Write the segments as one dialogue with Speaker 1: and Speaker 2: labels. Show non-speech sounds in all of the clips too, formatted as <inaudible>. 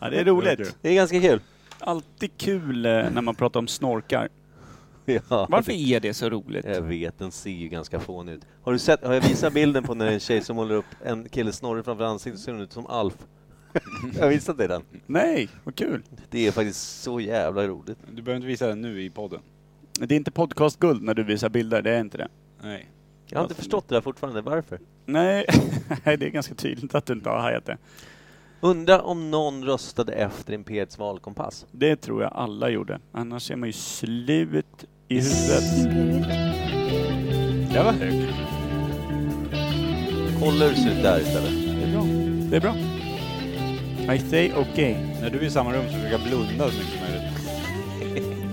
Speaker 1: Ja, det är roligt.
Speaker 2: Det är
Speaker 1: <laughs>
Speaker 2: ganska kul.
Speaker 1: Alltid kul eh, när man pratar om snorkar.
Speaker 2: Ja,
Speaker 1: Varför är det så roligt?
Speaker 2: Jag vet, den ser ju ganska fånig ut. Har du sett, har jag visat bilden på när en tjej som håller upp en killes snorre framför ansiktet ser hon ut
Speaker 1: <laughs>
Speaker 2: som Alf? jag har visat dig den.
Speaker 1: Nej, vad kul.
Speaker 2: Det är faktiskt så jävla roligt.
Speaker 3: Du behöver inte visa den nu i podden.
Speaker 1: Det är inte podcastguld när du visar bilder, det är inte det.
Speaker 3: Nej.
Speaker 2: Jag har inte förstått det där fortfarande, varför?
Speaker 1: Nej, <laughs> det är ganska tydligt att du inte har hajat det.
Speaker 2: Undra om någon röstade efter Imperiets valkompass?
Speaker 1: Det tror jag alla gjorde. Annars är man ju slut i huvudet.
Speaker 3: Det var hög.
Speaker 2: Kolla hur det ser ut där istället. <laughs>
Speaker 1: Det är bra. Det är bra. I say okay.
Speaker 3: När du är i samma rum så försöker jag blunda så mycket som möjligt.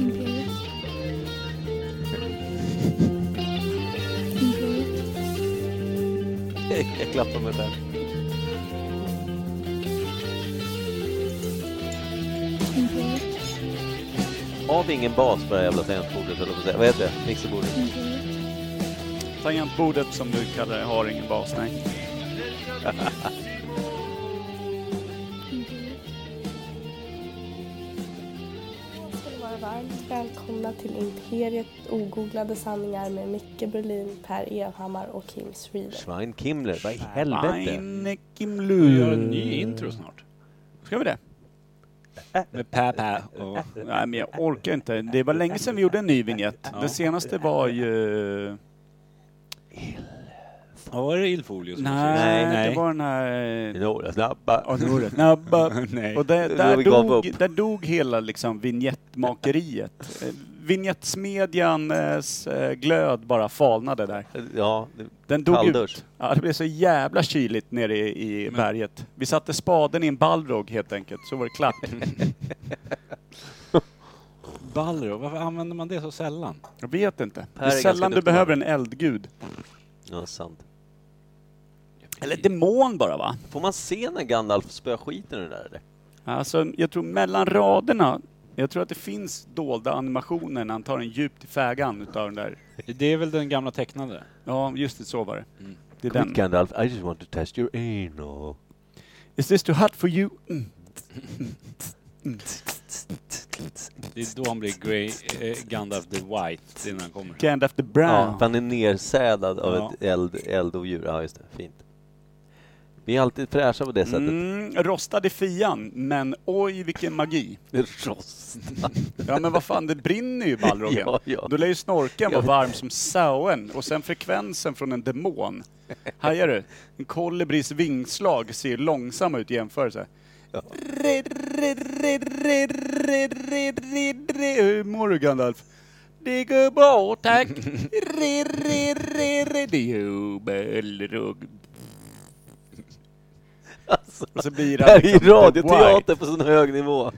Speaker 2: jag klappar mig själv. Har vi ingen bas på det här jävla tangentbordet, höll jag på att säga. Vad heter det? Mixerbordet?
Speaker 1: Tangentbordet som du kallar det har ingen bas, nej.
Speaker 4: ska ni vara varmt välkomna till Imperiet ogooglade sanningar med Micke Berlin, Per Evhammar och Kim Sweden.
Speaker 2: Schwein Kimler, vad i helvete?
Speaker 1: Fine, Kim
Speaker 3: Vi gör en
Speaker 1: Lund.
Speaker 3: ny intro snart.
Speaker 1: Ska vi det?
Speaker 3: Med pä-pä och...
Speaker 1: Nej, men jag orkar inte. Det var länge sedan vi gjorde en ny vignett. Den senaste var ju...
Speaker 3: Ja, var det illfolie som
Speaker 1: Nej,
Speaker 2: Nej.
Speaker 1: det var den här...
Speaker 2: Några snabba.
Speaker 1: Ja, det var det. Snabba.
Speaker 3: <laughs> Nej.
Speaker 1: Och där,
Speaker 2: Det
Speaker 1: där,
Speaker 2: vi gav
Speaker 1: dog,
Speaker 2: upp.
Speaker 1: där dog hela liksom vignettmakeriet. Eh, Vinjettsmedjans eh, glöd bara falnade där.
Speaker 2: Ja, det-
Speaker 1: Den dog
Speaker 2: Kalldusch. Mm.
Speaker 1: ut. Ja, det blev så jävla kyligt nere i, i berget. Vi satte spaden i en ballrog helt enkelt, så var det
Speaker 2: <laughs>
Speaker 1: klart.
Speaker 3: Balro, varför använder man det så sällan?
Speaker 1: Jag vet inte. Det
Speaker 2: Per
Speaker 1: är
Speaker 2: är ganska
Speaker 1: sällan du
Speaker 2: duktig
Speaker 1: behöver
Speaker 2: på
Speaker 1: en eldgud.
Speaker 2: ja, sant.
Speaker 1: Eller demon bara va?
Speaker 2: Får man se när Gandalf spöar skiten ur det där eller?
Speaker 1: Alltså, jag tror mellan raderna, jag tror att det finns dolda animationer när han tar en djupt i fägan utav den där.
Speaker 3: Det är väl den gamla tecknade?
Speaker 1: Ja, just det, så var det.
Speaker 3: Mm.
Speaker 1: Det är den.
Speaker 2: Gandalf, I just want to test your anal.
Speaker 1: Is this too hot for you? Mm.
Speaker 3: Det är då han blir Grey, eh, Gandalf the White, innan han kommer.
Speaker 1: Gandalf the
Speaker 2: Ja,
Speaker 1: brown.
Speaker 2: för han är nersädad av
Speaker 3: Ja.
Speaker 2: ett eld, eldodjur. Ja, just det. Fint. Vi är alltid fräscha på det sättet.
Speaker 1: Mm, rostad i fian, men oj vilken magi.
Speaker 2: Rost.
Speaker 1: <laughs> Ja men vad fan, det brinner ju i ballrogen.
Speaker 2: <laughs> Ja, ja.
Speaker 1: Då lär ju snorken
Speaker 2: Ja.
Speaker 1: vara varm som sauen och sen frekvensen från en demon. Hajar du? En kolibris vingslag ser långsam ut i jämförelse. Hur mår du Gandalf? Det går bra tack. Det är ju ballrog. Och så blir
Speaker 2: Alltså, Det
Speaker 1: han
Speaker 2: här är ju
Speaker 1: liksom the white.
Speaker 2: radioteater på sån hög nivå.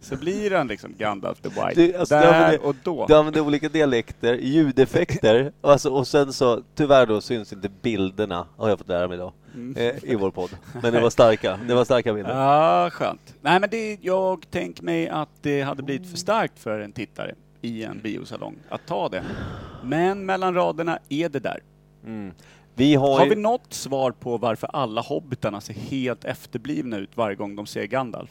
Speaker 1: Så blir han liksom Gandalf the White.
Speaker 2: Du, alltså,
Speaker 1: där
Speaker 2: du använder-
Speaker 1: och då.
Speaker 2: Du använder olika dialekter,
Speaker 1: <laughs>
Speaker 2: ljudeffekter och, alltså, och sen så, tyvärr då syns inte bilderna, har jag fått lära mig idag, eh, i vår podd.
Speaker 1: <laughs>
Speaker 2: Men det var starka, det var starka bilder.
Speaker 1: Mm. Ja, skönt. Nej men det, jag tänker mig att det hade blivit för starkt för en tittare i en biosalong att ta det. Men mellan raderna är det där.
Speaker 2: Mm. Vi har,
Speaker 1: Har
Speaker 2: ju...
Speaker 1: vi något svar på varför alla hobbitarna ser helt efterblivna ut varje gång de ser
Speaker 3: <laughs>
Speaker 1: Gandalf?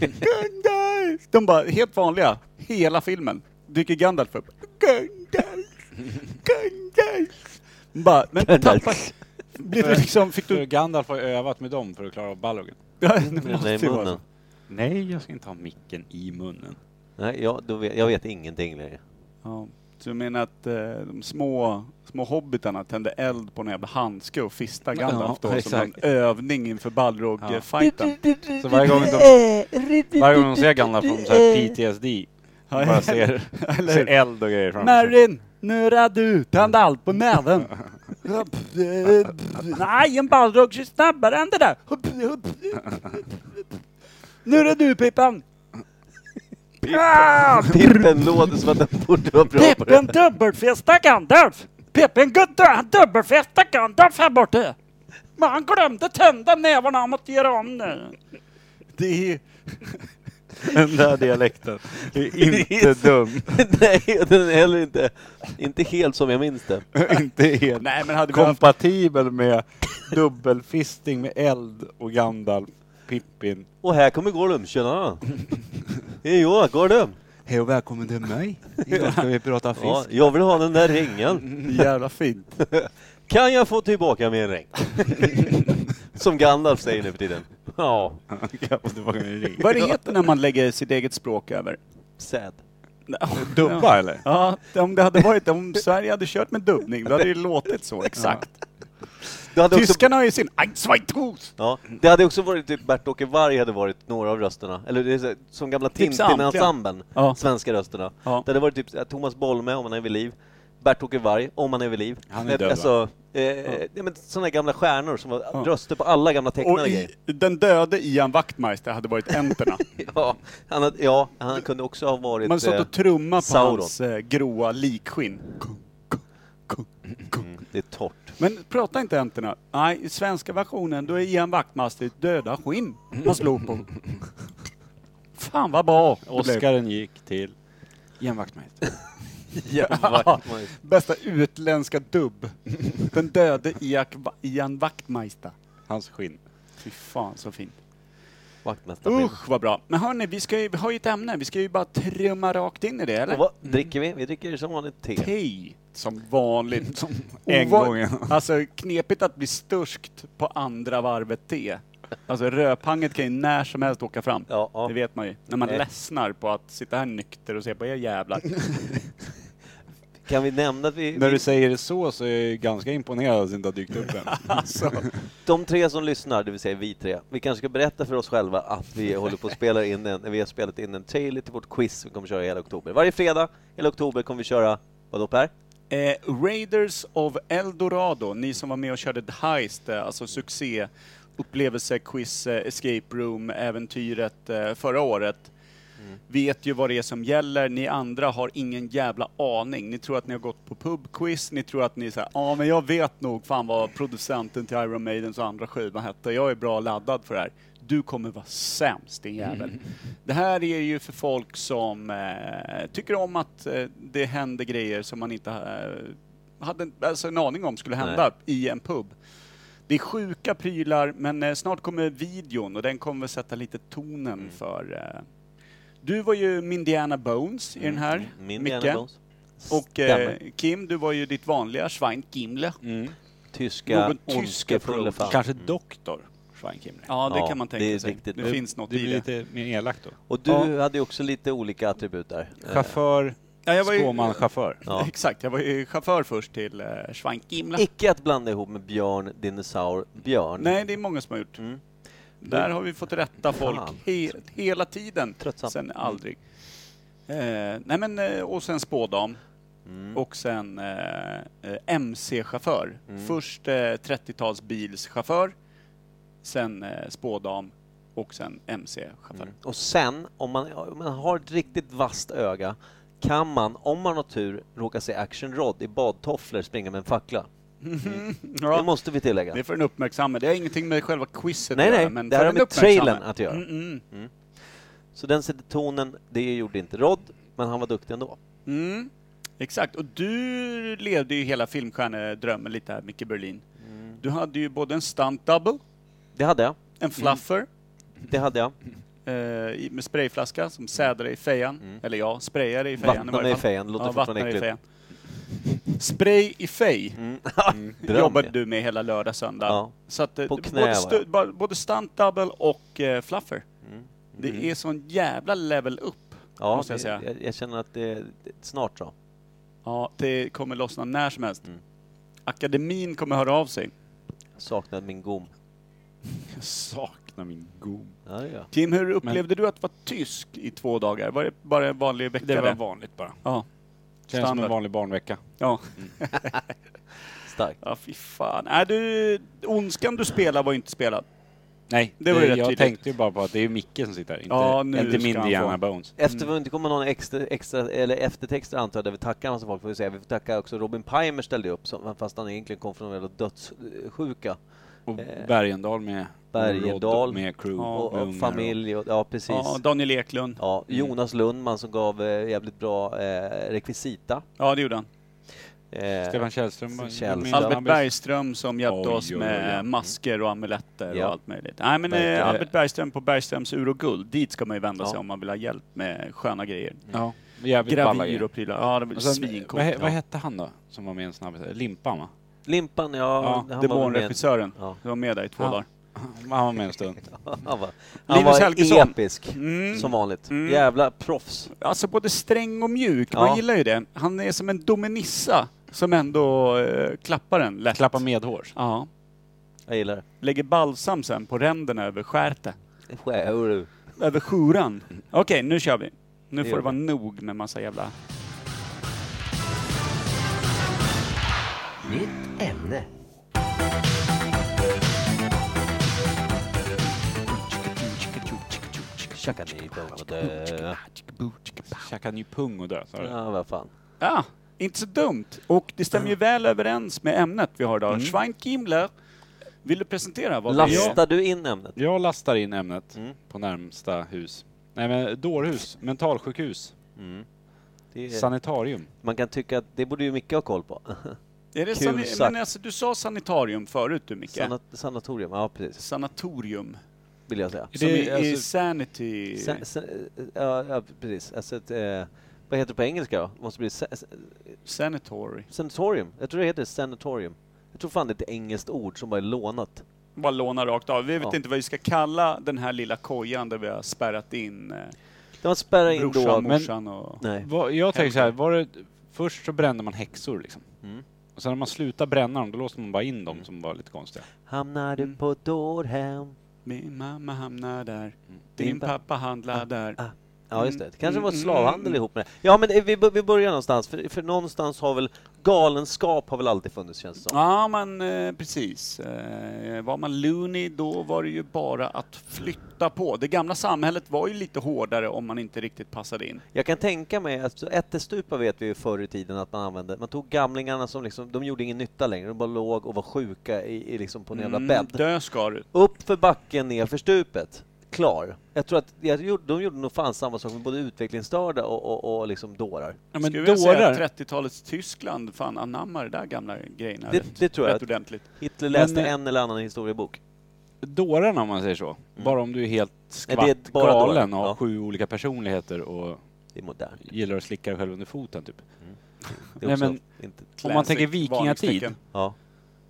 Speaker 1: Gandalf! De bara, helt vanliga, hela filmen. Dyker Gandalf upp. Gandalf! Gandalf! Bara, men
Speaker 2: Gandalf.
Speaker 1: tappar... Blir det liksom, fick
Speaker 3: För
Speaker 1: du...
Speaker 3: Gandalf har ju övat med dem för att klara av balrogen.
Speaker 1: <laughs> Ja,
Speaker 2: Nej,
Speaker 1: det
Speaker 2: i
Speaker 1: måste ju vara
Speaker 2: munnen.
Speaker 1: så.
Speaker 3: Nej, jag ska inte ha micken i munnen.
Speaker 2: Nej, jag, då vet, jag vet ingenting längre.
Speaker 1: Ja, så du menar att eh, de små, små hobbitarna tände eld på en jävla handske och fistade Gandalf då
Speaker 3: Ja,
Speaker 1: som en
Speaker 3: exakt.
Speaker 1: övning inför
Speaker 3: Ja.
Speaker 1: Balrog-fajten?
Speaker 3: Så varje gång de, varje gång de ser Gandalf får de så här PTSD.
Speaker 1: Ja. <laughs>
Speaker 3: Bara ser, <laughs>
Speaker 1: Eller
Speaker 3: ser
Speaker 1: hur?
Speaker 3: eld och grejer framför sig.
Speaker 1: Marin, nu är du! Tänd allt på näven! Nej, en ballrog kör snabbare än det där! Nu är du Pippan!
Speaker 2: Pippen låter som att den borde vara bra på det.
Speaker 1: dubbelfesta Gandalf! Pippen dubbelfesta Gandalf här borta! Men han glömde tända nävarna, han måste göra om nu. Det är...
Speaker 3: Den där dialekten. Det är
Speaker 2: Det är
Speaker 3: inte dum.
Speaker 2: <laughs> Nej, och den är heller inte, inte helt som jag minns det.
Speaker 3: inte helt
Speaker 1: Nej men hade vi haft...
Speaker 3: kompatibel med dubbelfisting med eld och Gandalf. Pippin.
Speaker 2: Och här kommer Gollum, tjena! Hej Johan, Gollum!
Speaker 3: Hej och välkommen till mig. Idag ska vi prata fisk.
Speaker 2: Ja, jag vill ha den där ringen.
Speaker 1: Jävla fint.
Speaker 2: Kan jag få tillbaka min <laughs> ring? Som Gandalf säger nu för tiden. Ja,
Speaker 3: Jag får tillbaka min <laughs> ring.
Speaker 1: Vad det heter när man lägger sitt eget språk över?
Speaker 2: sad.
Speaker 3: Dubba eller?
Speaker 1: Ja, om det hade varit, om Sverige hade kört med dubbning, då hade det låtit så exakt.
Speaker 2: Det hade också,
Speaker 1: Tyskarna har ju sin Ein, zwei, Tus.
Speaker 2: ja, det hade också varit typ Bert-Åke Varg hade varit några av rösterna. Eller det är så, som gamla
Speaker 1: Typ samtliga.
Speaker 2: Tintin-ensemblen,
Speaker 1: Ja.
Speaker 2: svenska rösterna.
Speaker 1: Ja.
Speaker 2: Det hade varit typ så här, Thomas Bolme, om han är vid liv. Bert-Åke Varg, om han är vid liv.
Speaker 3: Han är död, va?
Speaker 2: alltså, eh, ja. men Sådana gamla stjärnor som var röster på alla gamla
Speaker 1: Och
Speaker 2: tecknade grejer. <laughs>
Speaker 1: i, den döde Ian Wachtmeister hade varit enterna.
Speaker 2: Ja, han, hade, ja, han kunde också ha varit...
Speaker 1: Man satt
Speaker 2: eh,
Speaker 1: och trummade på
Speaker 2: Sauron.
Speaker 1: hans eh, gråa likskinn.
Speaker 2: Det är torrt.
Speaker 1: Men prata inte enterna. Nej, i svenska versionen då är Ian Wachtmeister ett döda skinn man slog på. Fan vad bra det blev.
Speaker 3: Oscaren gick till... Ian Wachtmeister.
Speaker 1: Bästa utländska dubb. Den döde Iak- Ian Wachtmeister.
Speaker 3: Hans skinn.
Speaker 1: Fy fan så fint.
Speaker 2: Vaktmästarfilm.
Speaker 1: Usch vad bra. Men hörni, vi, ska ju, vi har ju ett ämne. Vi ska ju bara trumma rakt in i det, eller?
Speaker 2: Och vad dricker vi? Vi dricker som vanligt te.
Speaker 1: Te. Som
Speaker 2: <laughs>
Speaker 1: vanligt. Som
Speaker 3: En
Speaker 1: ova-
Speaker 3: gång, ja.
Speaker 1: Alltså knepigt att bli sturst på andra varvet te. Alltså röphanget kan ju när som helst åka fram.
Speaker 2: Ja, ja.
Speaker 1: Det vet man ju. När man
Speaker 2: Nej.
Speaker 1: ledsnar på att sitta här nykter och se på er jävlar.
Speaker 2: Kan vi nämna att vi,
Speaker 3: När du säger det så så är jag ganska imponerad att det inte har dykt upp än.
Speaker 1: <laughs> Alltså,
Speaker 2: de tre som lyssnar, det vill säga vi tre, vi kanske ska berätta för oss själva att vi håller på att spela in en, vi har spelat in en trailer till vårt quiz som vi kommer köra i hela oktober. Varje fredag hela oktober kommer vi köra, vadå Per?
Speaker 1: eh, Raiders of Eldorado, ni som var med och körde The Heist, eh, alltså succé, upplevelse, quiz, eh, escape room, äventyret eh, förra året. vet ju vad det är som gäller. Ni andra har ingen jävla aning. Ni tror att ni har gått på pubquiz, ni tror att ni säger ja men jag vet nog fan vad producenten till Iron Maidens och andra skivan hette. Jag är bra laddad för det här. Du kommer vara sämst din jävel. Det här är ju för folk som eh, tycker om att eh, det händer grejer som man inte eh, hade en- alltså en aning om skulle hända i en pub. Det är sjuka prylar men eh, snart kommer videon och den kommer sätta lite tonen
Speaker 2: Mm.
Speaker 1: för eh, du var ju min Diana Bones i den här,
Speaker 2: Min
Speaker 1: Micke.
Speaker 2: Diana Mm. Bones.
Speaker 1: Och eh,
Speaker 2: Stämmer.
Speaker 1: Kim, du var ju ditt vanliga Schwein Gimle.
Speaker 2: Tyska,
Speaker 1: någon tysk
Speaker 2: ondskefulle fan.
Speaker 3: Mm. Kanske doktor Schweinkimle.
Speaker 1: Ja, det
Speaker 2: Ja,
Speaker 1: kan man
Speaker 2: det är
Speaker 1: tänka sig.
Speaker 2: riktigt.
Speaker 1: Det
Speaker 2: Det-
Speaker 1: finns något
Speaker 3: Det
Speaker 1: i
Speaker 3: blir
Speaker 1: det. Eh,
Speaker 3: lite mer elakt då.
Speaker 2: Och du
Speaker 1: Ja.
Speaker 2: hade ju också lite olika attribut där. Eh,
Speaker 3: Chaufför,
Speaker 1: Ja, jag var ju-
Speaker 3: spåman-chaufför.
Speaker 2: Ja.
Speaker 1: <laughs> Exakt, jag var ju chaufför först till eh, Schwein Gimle.
Speaker 2: Icke att blanda ihop med björn, dinosaur, björn.
Speaker 1: Nej, det är många som har gjort.
Speaker 2: Mm.
Speaker 1: Där har vi fått rätta folk
Speaker 2: Fan.
Speaker 1: he hela tiden.
Speaker 2: Tröttsamt. Mm.
Speaker 1: Sen aldrig. Eh, nej men, eh, och sen spådam.
Speaker 2: Mm.
Speaker 1: Och sen eh, eh, MC-chaufför.
Speaker 2: Mm.
Speaker 1: Först eh, 30-talsbilschaufför, sen eh, spådam och sen MC-chaufför.
Speaker 2: Och sen, om man, om man har ett riktigt vasst öga, kan man, om man har tur, råka se Action Rod i badtofflor springa med en fackla. Det
Speaker 1: Ja,
Speaker 2: måste vi tillägga.
Speaker 1: det får den uppmärksamma. Det har ingenting med själva quizet
Speaker 2: Mm. nej,
Speaker 1: att
Speaker 2: nej,
Speaker 1: göra. Men
Speaker 2: det här
Speaker 1: för
Speaker 2: har
Speaker 1: den
Speaker 2: med trailern
Speaker 1: uppmärksamma.
Speaker 2: att göra.
Speaker 1: Mm, mm.
Speaker 2: Så den sätter tonen, det gjorde inte Rod, men han var duktig ändå.
Speaker 1: Mm, exakt. Och du levde ju hela filmstjärnedrömmen lite här, Micke Berlin.
Speaker 2: Mm.
Speaker 1: Du hade ju både en stunt double,
Speaker 2: Det hade jag,
Speaker 1: en fluffer
Speaker 2: det
Speaker 1: <laughs>
Speaker 2: hade jag.
Speaker 1: eh, i- med sprayflaska som sädrade i fejan. Eller ja, sprayade i fejan
Speaker 2: Mm. Vattnade i fejan, låter fortfarande
Speaker 1: vattnade i
Speaker 2: äckligt. Mm.
Speaker 1: fejan. Spray i fej
Speaker 2: Dröm
Speaker 1: jobbade
Speaker 2: det.
Speaker 1: du med hela lördag, söndag.
Speaker 2: Ja.
Speaker 1: Så att, eh,
Speaker 2: På knä
Speaker 1: både,
Speaker 2: var jag.
Speaker 1: stu- ba- både stunt double och eh, fluffer. Det är sån jävla level up.
Speaker 2: Mm. Ja,
Speaker 1: måste jag
Speaker 2: det-
Speaker 1: säga.
Speaker 2: Jag, jag känner att det, det snart så.
Speaker 1: Ja, det kommer lossna när som helst.
Speaker 2: Mm.
Speaker 1: Akademin kommer höra av sig.
Speaker 2: Jag saknar min gom.
Speaker 3: Jag saknar min god.
Speaker 2: Ja, det gör jag.
Speaker 1: Tim, hur upplevde du att vara tysk i två dagar? Var det bara en vanlig vecka?
Speaker 3: Det var
Speaker 1: där?
Speaker 3: vanligt bara.
Speaker 1: Ja.
Speaker 3: Känns som
Speaker 1: Standard.
Speaker 3: en vanlig barnvecka.
Speaker 1: Ja.
Speaker 2: Starkt.
Speaker 1: ja, fy fan. Nej, du, ondskan du spelar var ju inte spelad.
Speaker 3: Nej,
Speaker 1: Det var ju rätt
Speaker 3: jag
Speaker 1: tydligt.
Speaker 3: tänkte ju bara på att det är Micke som sitter här, inte,
Speaker 1: Ja, nu
Speaker 3: inte
Speaker 1: ska
Speaker 3: min
Speaker 1: han
Speaker 3: Diana
Speaker 1: få.
Speaker 3: Bones.
Speaker 1: Mm.
Speaker 2: Eftersom det inte kommer någon extra, extra eller eftertexter antar jag, där vi tackar en massa folk, får vi säga. Vi får tacka också Robin Pimer ställde upp, som, fast han egentligen kom från en jävla dödssjuka.
Speaker 3: Och Bergendahl med
Speaker 2: Bergendahl.
Speaker 3: Rod med crew.
Speaker 1: Eh. Ja,
Speaker 2: Och,
Speaker 3: med
Speaker 2: och
Speaker 3: ungar
Speaker 2: familj och, ja precis.
Speaker 1: Ja,
Speaker 2: Ja,
Speaker 1: Daniel Eklund. Ja.
Speaker 2: Jonas Lundman som gav eh, jävligt bra eh, rekvisita.
Speaker 1: det gjorde han.
Speaker 2: Eh,
Speaker 3: Stefan Källström. var-
Speaker 2: Källström.
Speaker 3: min-
Speaker 1: Albert
Speaker 3: han blir-
Speaker 1: Bergström som hjälpte
Speaker 3: Oj,
Speaker 1: oss
Speaker 3: oj,
Speaker 1: med
Speaker 3: oj, ja.
Speaker 1: masker och amuletter
Speaker 2: Ja.
Speaker 1: och allt möjligt. Nej men
Speaker 2: Verkligen.
Speaker 1: eh, Albert Bergström på Bergströms ur och guld, dit ska man ju vända
Speaker 2: Ja.
Speaker 1: sig om man vill ha hjälp med sköna grejer.
Speaker 3: Mm. Ja, jävligt balla
Speaker 1: Gravyr
Speaker 3: grejer.
Speaker 1: och prylar. Ja, det blir
Speaker 3: Och sen, eh,
Speaker 1: svincoolt.
Speaker 3: Vad, he- vad
Speaker 1: Ja.
Speaker 3: hette han då, som var med i en snabbis? Limpan va?
Speaker 2: Limpan,
Speaker 3: Ja,
Speaker 2: ja. han var väl med.
Speaker 1: Demonregissören.
Speaker 2: Ja.
Speaker 1: Du var med där i två
Speaker 3: Ja.
Speaker 1: dagar.
Speaker 3: Han var med en stund.
Speaker 2: <laughs> Han var, han
Speaker 1: Linus
Speaker 2: var
Speaker 1: Helgesson.
Speaker 2: episk,
Speaker 1: Mm.
Speaker 2: som vanligt.
Speaker 1: Mm.
Speaker 2: Jävla proffs.
Speaker 1: Alltså både sträng och mjuk.
Speaker 2: Ja.
Speaker 1: Man gillar ju det. Han är som en dominissa som ändå eh, klappar en lätt.
Speaker 3: Klappa medhårs.
Speaker 1: Ja.
Speaker 2: Jag gillar det.
Speaker 1: Lägger balsam sen på ränderna över skärte.
Speaker 2: Sjöru.
Speaker 1: Över sjuran. Okej, nu kör vi. Nu
Speaker 2: Det
Speaker 1: får
Speaker 2: gör
Speaker 1: det vara nog med massa jävla...
Speaker 5: Nytt ämne.
Speaker 3: Käka ny pung och dö, sa du?
Speaker 2: Ja, vad fan.
Speaker 1: Ja, inte så dumt. Och det stämmer ju väl överens med ämnet vi har idag.
Speaker 3: Mm.
Speaker 1: Schweinkimler. Vill du presentera vad vi är?
Speaker 2: Lastar du in ämnet?
Speaker 3: Jag lastar in ämnet
Speaker 2: Mm.
Speaker 3: på närmsta hus. Nej men dårhus, mentalsjukhus,
Speaker 2: mm. Det är,
Speaker 3: sanitarium.
Speaker 2: man kan tycka att det borde ju Micke ha koll på. <laughs>
Speaker 1: Är det
Speaker 2: Kul
Speaker 1: sani-
Speaker 2: sagt.
Speaker 1: men alltså, du sa sanitarium förut du Micke.
Speaker 2: Sanat sanatorium, ja precis.
Speaker 1: Sanatorium.
Speaker 2: Vill jag säga.
Speaker 1: Som
Speaker 3: Det
Speaker 1: i,
Speaker 3: är
Speaker 1: i
Speaker 3: alltså-
Speaker 1: sanity...
Speaker 2: Sa sa ja, ja, precis. Alltså ett, eh, vad heter det på engelska då? Måste bli sa sa-
Speaker 1: sanatory.
Speaker 2: sanatorium. Jag tror det heter sanatorium. Jag tror fan det är ett engelskt ord som bara är lånat.
Speaker 1: Bara låna rakt av. Vi vet
Speaker 2: Ja.
Speaker 1: inte vad vi ska kalla den här lilla kojan där vi har spärrat in eh,
Speaker 2: Det man spärrar in då.
Speaker 1: brorsan,
Speaker 3: men-
Speaker 1: morsan och...
Speaker 2: Nej.
Speaker 3: Vad- Jag tänker så här, var det, först så brände man häxor liksom.
Speaker 2: Mm.
Speaker 3: Och sen när man slutade bränna dem, då låste man bara in dem som var lite konstiga.
Speaker 2: Hamnar du
Speaker 1: Mm.
Speaker 2: på dårhem?
Speaker 1: Min mamma hamnar där.
Speaker 2: Din
Speaker 1: Din
Speaker 2: pa-
Speaker 1: pappa handlar där.
Speaker 2: ah. Ja, just det. Det kanske
Speaker 1: Mm,
Speaker 2: var
Speaker 1: mm,
Speaker 2: slavhandel
Speaker 1: mm.
Speaker 2: ihop med det. Ja, men eh, vi, bör- vi börjar någonstans, för, för någonstans har väl galenskap har väl alltid funnits, känns det som.
Speaker 1: Ja, men eh, precis. Eh, var man loony då var det ju bara att flytta på. Det gamla samhället var ju lite hårdare om man inte riktigt passade in.
Speaker 2: Jag kan tänka mig att ättestupa vet vi ju förr i tiden att man använde. Man tog gamlingarna som liksom, de gjorde ingen nytta längre. De bara låg och var sjuka i, i liksom på en
Speaker 1: Mm.
Speaker 2: jävla bädd.
Speaker 1: dö ska du.
Speaker 2: Upp för backen, ner för stupet. Klar. Jag tror att jag, gjorde- de gjorde nog fan samma sak med både utvecklingsstörda och, och, och liksom dårar.
Speaker 3: Ja,
Speaker 1: Skulle vilja säga att 30-talets Tyskland fan anammar det där gamla grejerna
Speaker 2: Det-
Speaker 1: rätt,
Speaker 2: det tror jag
Speaker 1: rätt
Speaker 2: att-
Speaker 1: ordentligt.
Speaker 2: Hitler läste
Speaker 3: Men, eh,
Speaker 2: en eller annan historiebok.
Speaker 3: dårarna om man säger så. Bara om du är helt
Speaker 2: Nej, det är
Speaker 3: skvatt
Speaker 2: bara
Speaker 3: galen
Speaker 2: dårar.
Speaker 3: och har
Speaker 2: Ja.
Speaker 3: sju olika personligheter och
Speaker 2: Det är modernt.
Speaker 3: gillar att slicka dig själv under foten typ.
Speaker 2: Det är
Speaker 3: Nej,
Speaker 2: också
Speaker 3: men-
Speaker 2: inte...
Speaker 3: Om man
Speaker 1: Classic,
Speaker 3: tänker vikingatid,
Speaker 1: varningstecken.
Speaker 2: Ja.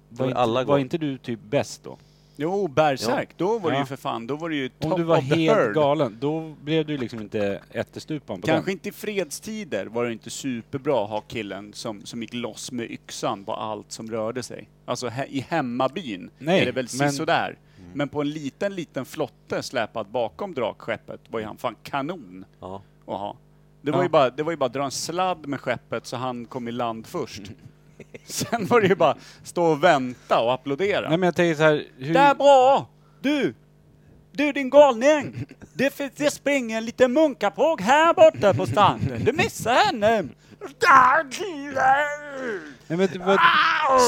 Speaker 3: var inte,
Speaker 2: alla
Speaker 3: var
Speaker 2: går.
Speaker 3: inte du typ bäst då?
Speaker 1: Jo, Berserk. Då var det
Speaker 3: Ja.
Speaker 1: ju för fan, då var det ju top
Speaker 3: Om du var
Speaker 1: of the
Speaker 3: helt
Speaker 1: herd.
Speaker 3: galen, då blev du liksom inte ättestupan på
Speaker 1: Kanske
Speaker 3: den.
Speaker 1: inte i fredstider var det inte superbra att ha killen som, som gick loss med yxan på allt som rörde sig. Alltså he, i hemmabyn
Speaker 3: Nej,
Speaker 1: är det väl
Speaker 3: men- Mm.
Speaker 1: men... sådär. Men på en liten, liten flotte släpad bakom drakskeppet var ju han fan kanon
Speaker 2: ja.
Speaker 1: att ha. Det var,
Speaker 3: Ja.
Speaker 1: ju bara, det var ju bara att dra en sladd med skeppet så han kom i land först.
Speaker 3: Mm.
Speaker 1: <laughs> Sen var det ju bara stå och vänta och applådera.
Speaker 3: Nej men jag tänker så här, hur...
Speaker 1: Det är bra! Du! Du din galning! Det, fin- det springer en liten munkapåg här borta på stranden. Du missar henne!
Speaker 3: Nej, men, det var-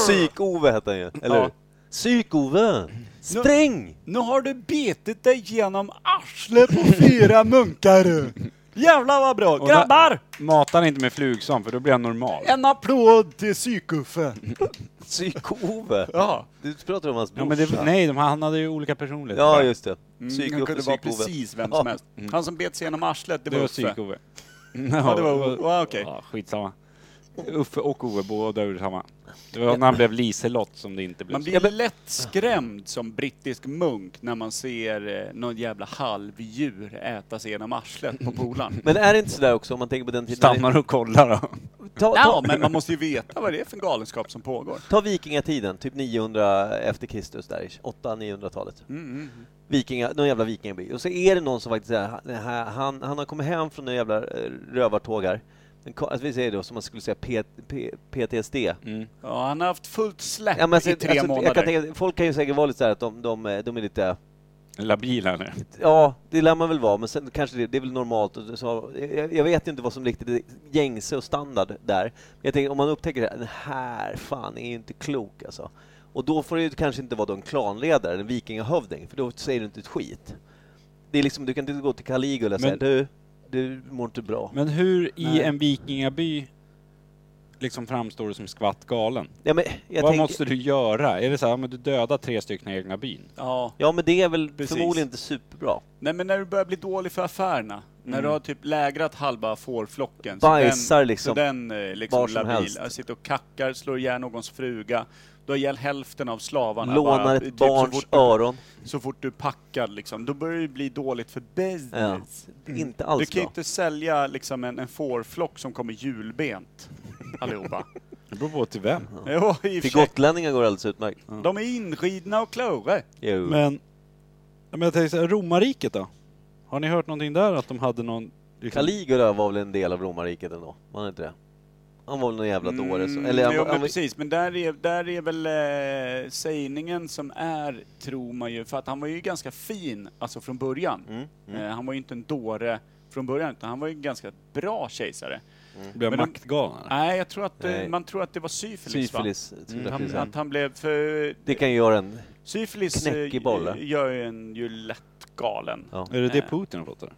Speaker 2: Psyk-Ove hette han ju, eller
Speaker 1: Ja.
Speaker 2: hur? Psyk-Ove! Spräng!
Speaker 1: Nu har du bitit dig genom arslet på fyra munkar! Jävlar vad bra!
Speaker 3: Och
Speaker 1: Grabbar!
Speaker 3: Mata han inte med flugsam för då blir han normal.
Speaker 1: En applåd till Psykuffe!
Speaker 2: Psyk-Ove!
Speaker 1: Ja.
Speaker 2: Du pratar om hans
Speaker 3: Ja,
Speaker 2: brorsa.
Speaker 3: men det, nej, de, han hade ju olika personligheter.
Speaker 2: Ja,
Speaker 3: bara.
Speaker 2: just det.
Speaker 1: Mm, han
Speaker 2: Psyk-Ove,
Speaker 1: kunde vara
Speaker 2: Psyk-Ove.
Speaker 1: precis vem som
Speaker 2: Ja.
Speaker 1: helst. Han som bet sig genom arslet, det
Speaker 3: Det
Speaker 1: var
Speaker 3: var
Speaker 1: Uffe.
Speaker 3: psyk-Ove.
Speaker 1: <laughs> Ja, det var Ove. Ja, okej.
Speaker 3: Ja, skitsamma. Uffe och Ove, båda gjorde samma. Det var när han blev Liselott som det inte blev.
Speaker 1: Man
Speaker 3: så.
Speaker 1: blir lätt skrämd som brittisk munk när man ser eh, någon jävla halvdjur äta sig genom arslet på
Speaker 2: <laughs>
Speaker 1: polaren.
Speaker 2: Men är det inte sådär också om man tänker på den tiden?
Speaker 3: Stannar och kollar då.
Speaker 2: Ta,
Speaker 1: Ja,
Speaker 2: ta,
Speaker 1: men man måste ju veta vad det är för galenskap som pågår.
Speaker 2: ta vikingatiden, typ 900 efter Kristus där, ish. 800-900-talet.
Speaker 1: Mm,
Speaker 2: Vikinga, någon jävla vikingaby. Och så är det någon som faktiskt är, han- han, han har kommit hem från en jävla eh, rövartåg här. En ka- alltså, vi säger då, som man skulle säga, P, P, PTSD.
Speaker 3: Mm.
Speaker 1: Ja, han har haft fullt släpp
Speaker 2: Ja, men alltså,
Speaker 1: i tre
Speaker 2: alltså, jag
Speaker 1: månader.
Speaker 2: kan tänka, folk kan ju säkert vara lite såhär att de, de, eh, de är lite
Speaker 3: Labil han är.
Speaker 2: Ja, det lär man väl vara, men sen kanske det, det är väl normalt. och Så, jag, jag vet inte vad som riktigt är gängse och standard där. Men jag tänker, om man upptäcker det här, den här fan är ju inte klok alltså. Och då får det ju kanske inte vara då en klanledare, en vikingahövding, för då säger du inte ett skit. Det är liksom, du kan inte gå till Caligula och säga
Speaker 3: Men-
Speaker 2: du, du mår inte bra.
Speaker 3: Men hur i
Speaker 1: Nej.
Speaker 3: en vikingaby liksom framstår du som skvatt galen?
Speaker 2: Ja, men jag
Speaker 3: Vad
Speaker 2: tänker-
Speaker 3: måste du göra? Är det så här, ja, men du dödar tre stycken i egna byn?
Speaker 1: Ja.
Speaker 2: Ja, men det är väl
Speaker 1: Precis.
Speaker 2: förmodligen inte superbra.
Speaker 1: Nej men när du börjar bli dålig för affärerna, när du har typ lägrat halva fårflocken.
Speaker 2: Mm. Bajsar
Speaker 1: så den,
Speaker 2: liksom
Speaker 1: Så den eh,
Speaker 2: var
Speaker 1: liksom
Speaker 2: som
Speaker 1: labil.
Speaker 2: helst.
Speaker 1: Jag sitter och kackar, slår ihjäl någons fruga. Du har ihjäl hälften av slavarna.
Speaker 2: Lånar
Speaker 1: bara.
Speaker 2: ett
Speaker 1: Typ
Speaker 2: barns
Speaker 1: så fort,
Speaker 2: öron.
Speaker 1: så fort du packar liksom, då börjar det bli dåligt för
Speaker 2: Ja.
Speaker 1: business.
Speaker 2: Inte
Speaker 1: Du
Speaker 2: alls
Speaker 1: kan ju
Speaker 2: bra.
Speaker 1: inte sälja liksom en, en fårflock som kommer hjulbent allihopa.
Speaker 3: Det beror på till vem.
Speaker 1: <laughs> jo, i och
Speaker 2: Till
Speaker 1: för sig.
Speaker 2: gotlänningar går det alldeles utmärkt.
Speaker 1: De är inskidna och klara.
Speaker 2: Jo.
Speaker 3: Men, ja, men jag tänker så här, romarriket då? Har ni hört någonting där att de hade någon... liksom-
Speaker 2: Caligula var väl en del av romarriket ändå? Var han inte det? Han var väl någon jävla dåre? som-
Speaker 1: Mm,
Speaker 2: Eller han,
Speaker 1: jo,
Speaker 2: var-
Speaker 1: men
Speaker 2: han, var-
Speaker 1: precis, men där är, där är väl eh, sägningen som är, tror man ju, för att han var ju ganska fin, alltså från början.
Speaker 2: Mm,
Speaker 1: Eh, han var ju inte en dåre från början, utan han var ju en ganska bra kejsare.
Speaker 3: Blev
Speaker 1: Men de-
Speaker 3: maktgalen? eller?
Speaker 1: Nej, jag tror att eh,
Speaker 2: Nej.
Speaker 1: man tror att det var syfilis,
Speaker 2: syfilis.
Speaker 1: va? Mm,
Speaker 2: syfilis
Speaker 1: Han,
Speaker 2: ja.
Speaker 1: att han blev, för
Speaker 2: Det kan ju göra en...
Speaker 1: syfilis
Speaker 2: Knäck i bollen.
Speaker 1: eh, gör ju en ju lätt galen.
Speaker 2: Ja.
Speaker 3: Är det det
Speaker 1: Eh.
Speaker 3: Putin har fått eller?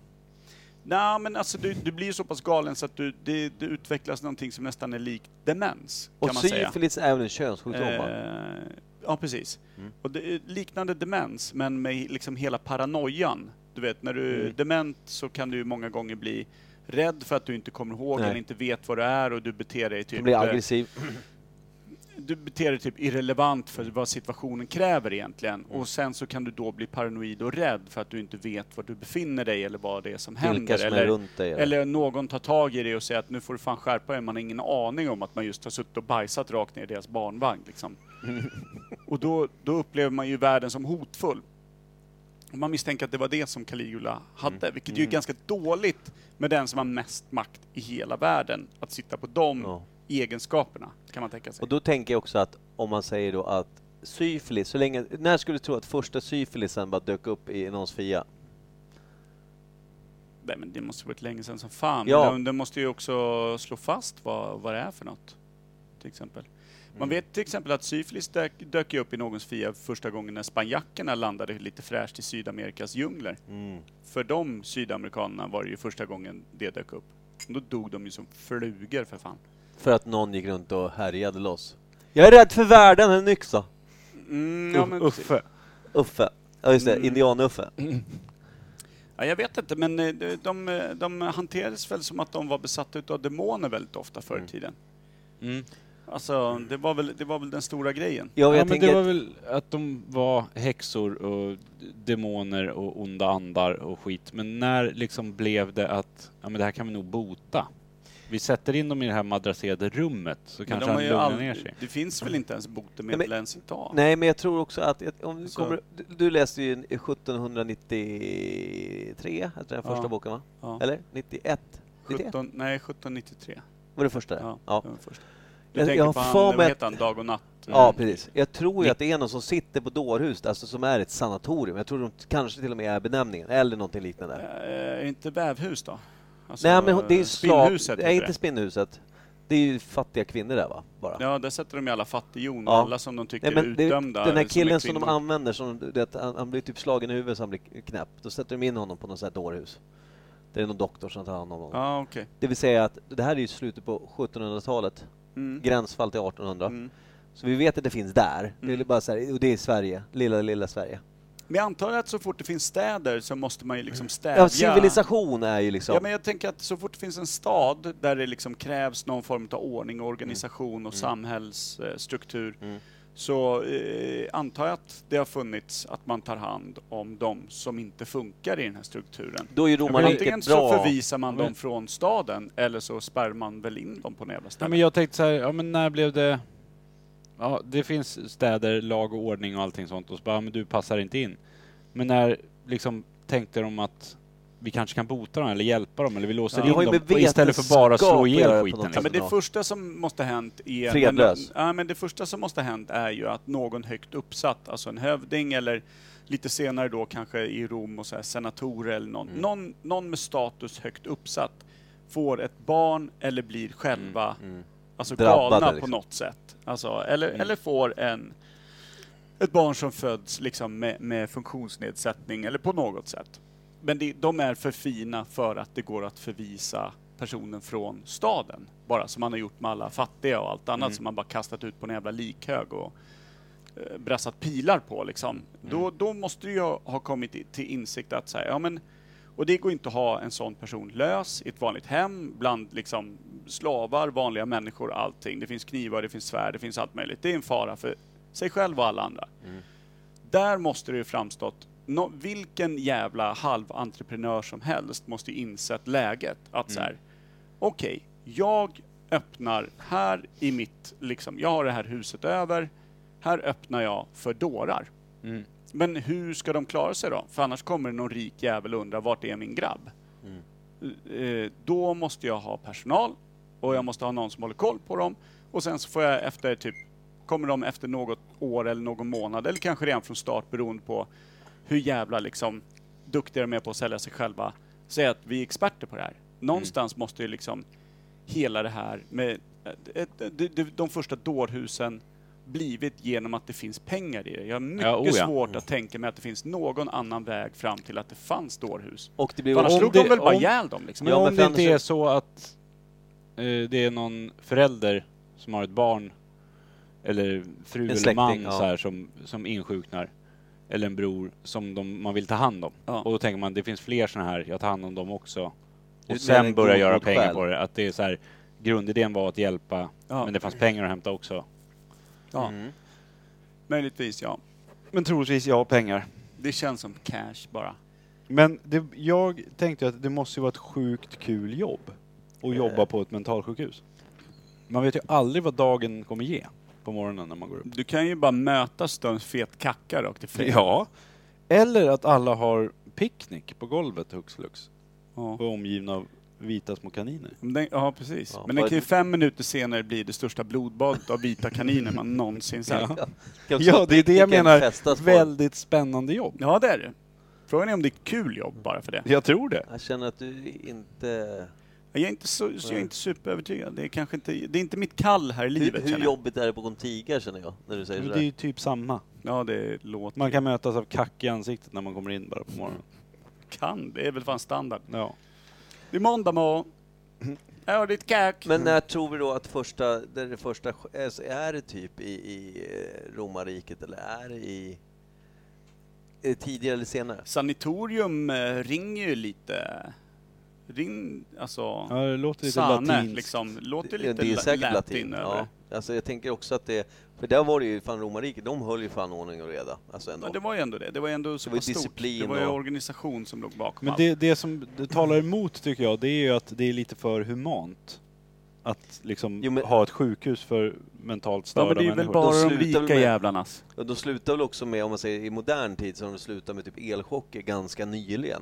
Speaker 1: Nej, men alltså du, du blir ju så pass galen så att du, det, det utvecklas någonting som nästan är likt demens, kan
Speaker 2: Och
Speaker 1: man säga.
Speaker 2: syfilis är väl en Mm. könssjukdom va?
Speaker 1: Eh, ja, precis. Och det, är liknande demens, men med liksom hela paranoian. Du vet, när du
Speaker 2: Mm.
Speaker 1: är dement så kan du ju många gånger bli rädd för att du inte kommer ihåg
Speaker 2: Nej.
Speaker 1: eller inte vet vad du är och du beter dig
Speaker 2: Du
Speaker 1: typ...
Speaker 2: blir aggressiv.
Speaker 1: du beter dig typ irrelevant för vad situationen kräver egentligen.
Speaker 2: Mm.
Speaker 1: Och sen så kan du då bli paranoid och rädd för att du inte vet var du befinner dig eller vad det är som händer.
Speaker 2: Vilka som
Speaker 1: eller,
Speaker 2: är runt dig. Eller?
Speaker 1: eller någon tar tag i dig och säger att nu får du fan skärpa dig. Man har ingen aning om att man just har suttit och bajsat rakt ner i deras barnvagn.
Speaker 2: <laughs>
Speaker 1: Liksom. och då, då upplever man ju världen som hotfull. Och man misstänker att det var det som Caligula hade,
Speaker 2: Mm.
Speaker 1: vilket ju är ganska dåligt med den som har mest makt i hela världen. Att sitta på de
Speaker 2: Ja.
Speaker 1: egenskaperna, kan man tänka sig.
Speaker 2: Och då tänker jag också att om man säger då att syfilis, så länge, när skulle du tro att första syfilisen bara dök upp i någons fia?
Speaker 1: Nej, men det måste ju varit länge sedan som fan.
Speaker 2: Ja.
Speaker 1: Men de, de måste ju också slå fast vad, vad det är för något. Till exempel. Man vet till exempel att syfilis dök, dök ju upp i någons fia första gången när spanjackerna landade lite fräscht i Sydamerikas djungler. För de sydamerikanerna var det ju första gången det dök upp. Då dog de ju som flugor för fan.
Speaker 2: För att någon gick runt och härjade loss. Jag är rädd för världen, en yxa!
Speaker 1: Mm, ja, men,
Speaker 3: Uffe.
Speaker 2: Uffe. Ja just det,
Speaker 1: Mm.
Speaker 2: indian-Uffe.
Speaker 1: ja, jag vet inte, men eh, de, de, de hanterades väl som att de var besatta utav demoner väldigt ofta förr i tiden.
Speaker 3: Mm.
Speaker 1: Alltså, det var, väl, det var väl den stora grejen.
Speaker 2: Ja, jag
Speaker 3: Ja, men
Speaker 2: tänker
Speaker 3: det var
Speaker 2: att-
Speaker 3: väl att de var häxor och demoner och onda andar och skit. Men när liksom blev det att, ja men det här kan vi nog bota. Vi sätter in dem i det här madrasserade rummet så
Speaker 1: Men
Speaker 3: kanske
Speaker 1: de
Speaker 3: han
Speaker 1: har ju
Speaker 3: lugnar
Speaker 1: aldrig-
Speaker 3: ner sig.
Speaker 1: Det finns väl inte ens botemedel
Speaker 2: Nej, men-
Speaker 1: ens idag?
Speaker 2: Nej, men jag tror också att... att Om du,
Speaker 1: Så.
Speaker 2: kommer, du, du läste ju en- 1793, hette den första
Speaker 1: Ja.
Speaker 2: boken va?
Speaker 1: Ja.
Speaker 2: Eller? 91? 91?
Speaker 1: 17, nej, 1793.
Speaker 2: Var det första?
Speaker 1: Ja,
Speaker 2: ja.
Speaker 1: det var den första. Du
Speaker 2: Jag-
Speaker 1: tänker
Speaker 2: jag
Speaker 1: på
Speaker 2: har
Speaker 1: han,
Speaker 2: för
Speaker 1: vad
Speaker 2: mig
Speaker 1: heter han, Dag och Natt?
Speaker 2: Ja,
Speaker 1: Mm.
Speaker 2: precis. Jag tror ju att det är någon som sitter på dårhus, alltså som är ett sanatorium. Jag tror de t- kanske till och med är benämningen, eller någonting liknande.
Speaker 1: Eh, Är inte Vävhus då? Alltså,
Speaker 2: Nej, men hon- det är ju slav...
Speaker 1: Spinnhuset
Speaker 2: Nej,
Speaker 1: heter
Speaker 2: inte
Speaker 1: det.
Speaker 2: spinnhuset. Det är ju fattiga kvinnor där va? Bara.
Speaker 1: Ja, där sätter de ju alla fattighjon och
Speaker 2: Ja.
Speaker 1: alla som de tycker
Speaker 2: Nej,
Speaker 1: är
Speaker 2: men det,
Speaker 1: utdömda.
Speaker 2: den här
Speaker 1: är
Speaker 2: killen som,
Speaker 1: kvinnor.
Speaker 2: de använder, som, du vet, han, han blir typ slagen i huvudet så han blir k- knäpp. Då sätter de in honom på något sånt här dårhus. Det är någon doktor som tar hand om honom.
Speaker 1: Ja, okej.
Speaker 2: Det vill säga att det här är ju slutet på 1700-talet,
Speaker 1: Mm.
Speaker 2: gränsfall till 1800.
Speaker 1: Mm.
Speaker 2: Så vi vet att det finns där. Det är bara så här, och det är Sverige, lilla, lilla Sverige.
Speaker 1: Men jag antar att så fort det finns städer så måste man ju liksom stävja...
Speaker 2: Ja, civilisation är ju liksom...
Speaker 1: Ja, men jag tänker att så fort det finns en stad där det liksom krävs någon form av ordning och organisation och samhällsstruktur så eh, antar jag att det har funnits att man tar hand om de som inte funkar i den här strukturen.
Speaker 2: Då är ju
Speaker 3: Men
Speaker 2: romarriket bra.
Speaker 1: Antingen så förvisar man
Speaker 3: Men-
Speaker 1: dem från staden eller så spärrar man väl in dem på något jävla
Speaker 3: Nej,
Speaker 1: ställe.
Speaker 3: men jag tänkte så här, ja men när blev det... Ja, det finns städer, lag och ordning och allting sånt och så bara, ja, men du passar inte in. Men när liksom tänkte de att vi kanske kan bota dem eller hjälpa dem eller vi låser
Speaker 2: Ja. Det har
Speaker 3: in
Speaker 2: ju
Speaker 3: dem
Speaker 2: med
Speaker 3: och istället för bara slå
Speaker 2: vetenskap att göra
Speaker 3: ihjäl
Speaker 2: på
Speaker 3: skiten.
Speaker 2: något
Speaker 1: Ja,
Speaker 3: liksom.
Speaker 1: men det
Speaker 2: Ja.
Speaker 1: första som måste ha hänt är...
Speaker 2: Fredlös.
Speaker 1: Men, ja, men det första som måste ha hänt är ju att någon högt uppsatt, alltså en hövding eller lite senare då kanske i Rom och så här senatorer eller någon.
Speaker 2: Mm.
Speaker 1: någon. Någon med status högt uppsatt får ett barn eller blir själva Alltså
Speaker 2: Drabbade,
Speaker 1: galna
Speaker 2: liksom.
Speaker 1: på något sätt. Alltså, eller, eller får en ett barn som föds liksom med, med funktionsnedsättning eller på något sätt. Men det, de är för fina för att det går att förvisa personen från staden. Bara som man har gjort med alla fattiga och allt annat
Speaker 3: Mm.
Speaker 1: som man bara kastat ut på en jävla likhög och eh, brassat pilar på liksom. Då, då måste jag ha kommit i- till insikt att säga, ja men och det går inte att ha en sån person lös i ett vanligt hem, bland liksom slavar, vanliga människor, allting. Det finns knivar, det finns svärd, det finns allt möjligt. Det är en fara för sig själv och alla andra. Där måste det ju framstått, nå- vilken jävla halventreprenör som helst måste ju insett läget att så här, okej, jag öppnar här i mitt, liksom, jag har det här huset över, här öppnar jag för dårar.
Speaker 3: Mm.
Speaker 1: Men hur ska de klara sig då? För annars kommer det någon rik jävel undra, vart är min grabb? Eh, Då måste jag ha personal och jag måste ha någon som håller koll på dem. Och sen så får jag efter typ, kommer de efter något år eller någon månad eller kanske redan från start beroende på hur jävla liksom duktiga de är på att sälja sig själva, säga att vi är experter på det här.
Speaker 3: Mm.
Speaker 1: Någonstans måste ju liksom hela det här med eh, ett- de- de- de första dårhusen blivit genom att det finns pengar i det. Jag har mycket
Speaker 3: Ja, oh ja.
Speaker 1: svårt att tänka mig att det finns någon annan väg fram till att det fanns dårhus.
Speaker 2: Och det blir
Speaker 1: Annars
Speaker 3: om
Speaker 1: slog de
Speaker 3: det-
Speaker 1: väl bara
Speaker 3: om-
Speaker 1: ihjäl dem liksom.
Speaker 3: Men
Speaker 2: Ja,
Speaker 3: om
Speaker 2: men
Speaker 3: det
Speaker 2: för
Speaker 3: inte
Speaker 2: annars-
Speaker 3: är så att eh, det är någon förälder som har ett barn eller fru eller
Speaker 2: släkting,
Speaker 3: man
Speaker 2: ja.
Speaker 3: så här, som, som insjuknar eller en bror som de, man vill ta hand om.
Speaker 1: Ja.
Speaker 3: Och då tänker man det finns fler sådana här, jag tar hand om dem också.
Speaker 2: Du
Speaker 3: Och sen
Speaker 2: menar
Speaker 3: börja
Speaker 2: god-
Speaker 3: göra
Speaker 2: god
Speaker 3: pengar
Speaker 2: själ.
Speaker 3: på det. Att det är så här, grundidén var att hjälpa,
Speaker 1: Ja.
Speaker 3: men det fanns pengar att hämta också.
Speaker 1: Ja,
Speaker 2: Mm.
Speaker 1: möjligtvis ja.
Speaker 3: Men troligtvis ja, pengar.
Speaker 1: Det känns som cash bara.
Speaker 3: Men det, jag tänkte att det måste ju vara ett sjukt kul jobb att jobba på ett mentalsjukhus. Man vet ju aldrig vad dagen kommer ge på morgonen när man går upp.
Speaker 1: Du kan ju bara möta Stones fet kacka rakt i fred.
Speaker 3: Ja. Eller att alla har picknick på golvet hux flux.
Speaker 1: Ja.
Speaker 3: Och är omgivna av vita små kaniner.
Speaker 1: Men Den, ja, precis.
Speaker 2: Ja,
Speaker 1: Men den
Speaker 2: vad-
Speaker 1: kan ju fem minuter senare bli det största blodbadet av vita kaniner man någonsin sett. Ja.
Speaker 3: Ja. Ja, det är det jag menar.
Speaker 2: Väl...
Speaker 3: Väldigt spännande jobb.
Speaker 1: det är det. Frågan är om det är kul jobb bara för det.
Speaker 3: Jag tror det.
Speaker 2: Jag känner att du inte...
Speaker 1: Jag är inte, så, så jag är inte superövertygad. Det är kanske inte, det är inte mitt kall här i livet
Speaker 2: hur hur
Speaker 1: känner jag.
Speaker 2: jobbigt är det bakom tigar känner jag, när du säger
Speaker 3: Men det är
Speaker 2: sådär?
Speaker 3: ju typ samma.
Speaker 1: Ja, det låter...
Speaker 3: Man kan mötas av kack i ansiktet när man kommer in bara på morgonen.
Speaker 1: Kan, det är väl fan standard.
Speaker 3: Ja.
Speaker 1: Det är måndag morgon. Jag har ditt kack.
Speaker 2: Men när tror vi då att första, det är det första, sk- alltså, är det typ i, i eh, romarriket eller är det i är det tidigare eller senare?
Speaker 1: Sanitorium eh, ringer ju lite... Ring, alltså...
Speaker 3: ja, det låter lite
Speaker 1: Sane,
Speaker 3: latinskt.
Speaker 1: liksom. Låter
Speaker 2: Det-
Speaker 1: lite
Speaker 2: det är säkert
Speaker 1: latin,
Speaker 2: latin.
Speaker 1: över det.
Speaker 2: Ja. Alltså jag tänker också att det, för där var det ju fan romarriket, de höll ju fan ordning och reda. Alltså ändå.
Speaker 1: Ja, det var ju ändå det. Det var ju ändå så
Speaker 2: Det var ju
Speaker 1: pass stort.
Speaker 2: disciplin
Speaker 1: Det var ju
Speaker 2: och-
Speaker 1: organisation som låg bakom
Speaker 3: Men
Speaker 1: allt.
Speaker 3: det, det som det talar emot tycker jag, det är ju att det är lite för humant. Att liksom
Speaker 2: Jo, men-
Speaker 3: ha ett sjukhus för mentalt
Speaker 1: Ja,
Speaker 3: störda
Speaker 1: men det är väl
Speaker 3: människor.
Speaker 1: bara
Speaker 2: De
Speaker 1: de
Speaker 2: slutar väl
Speaker 1: rika
Speaker 2: med-
Speaker 1: jävlarnas.
Speaker 2: Och de slutar väl också med, om man säger i modern tid, så har de slutat med typ elchocker ganska nyligen.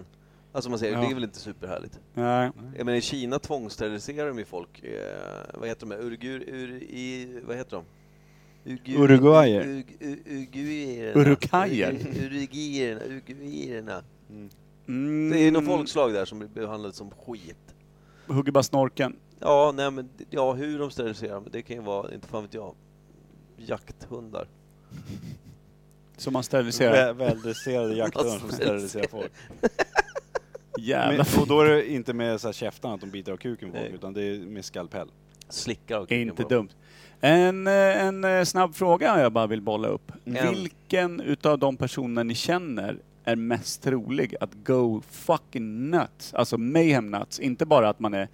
Speaker 2: Alltså man säger,
Speaker 3: Ja.
Speaker 2: det är väl inte superhärligt?
Speaker 1: Nej.
Speaker 2: Jag menar i Kina tvångssteriliserar de ju folk, eh, vad heter de, urgur, ur, i, vad heter de? Ugu-
Speaker 3: Uruguayer.
Speaker 2: Ur- ur- Uruguayerna.
Speaker 1: Uruguayer.
Speaker 2: Ur- Uruguayerna. Uruguayerna.
Speaker 1: Mm,
Speaker 2: Det är ju något folkslag där som blir behandlade som skit.
Speaker 1: Mm, Hugger bara snorken.
Speaker 2: Ja, nej men, ja hur de steriliserar dem, det kan ju vara, inte fan vet jag, jakthundar.
Speaker 1: Som man steriliserar.
Speaker 3: Vä-
Speaker 2: <laughs>
Speaker 3: Väldresserade
Speaker 2: Alltså,
Speaker 3: jakthundar som steriliserar folk. Men,
Speaker 1: Jävla
Speaker 3: och då är det inte med så här käftarna att de biter av kuken på folk,
Speaker 2: Nej.
Speaker 3: utan det är med skalpell.
Speaker 2: Slickar
Speaker 1: f-
Speaker 2: och
Speaker 1: Inte dumt. En, eh, en eh, snabb fråga jag bara vill bolla upp.
Speaker 2: Mm.
Speaker 1: Vilken utav de personer ni känner är mest trolig att go fucking nuts? Alltså mayhem nuts. Inte bara att man är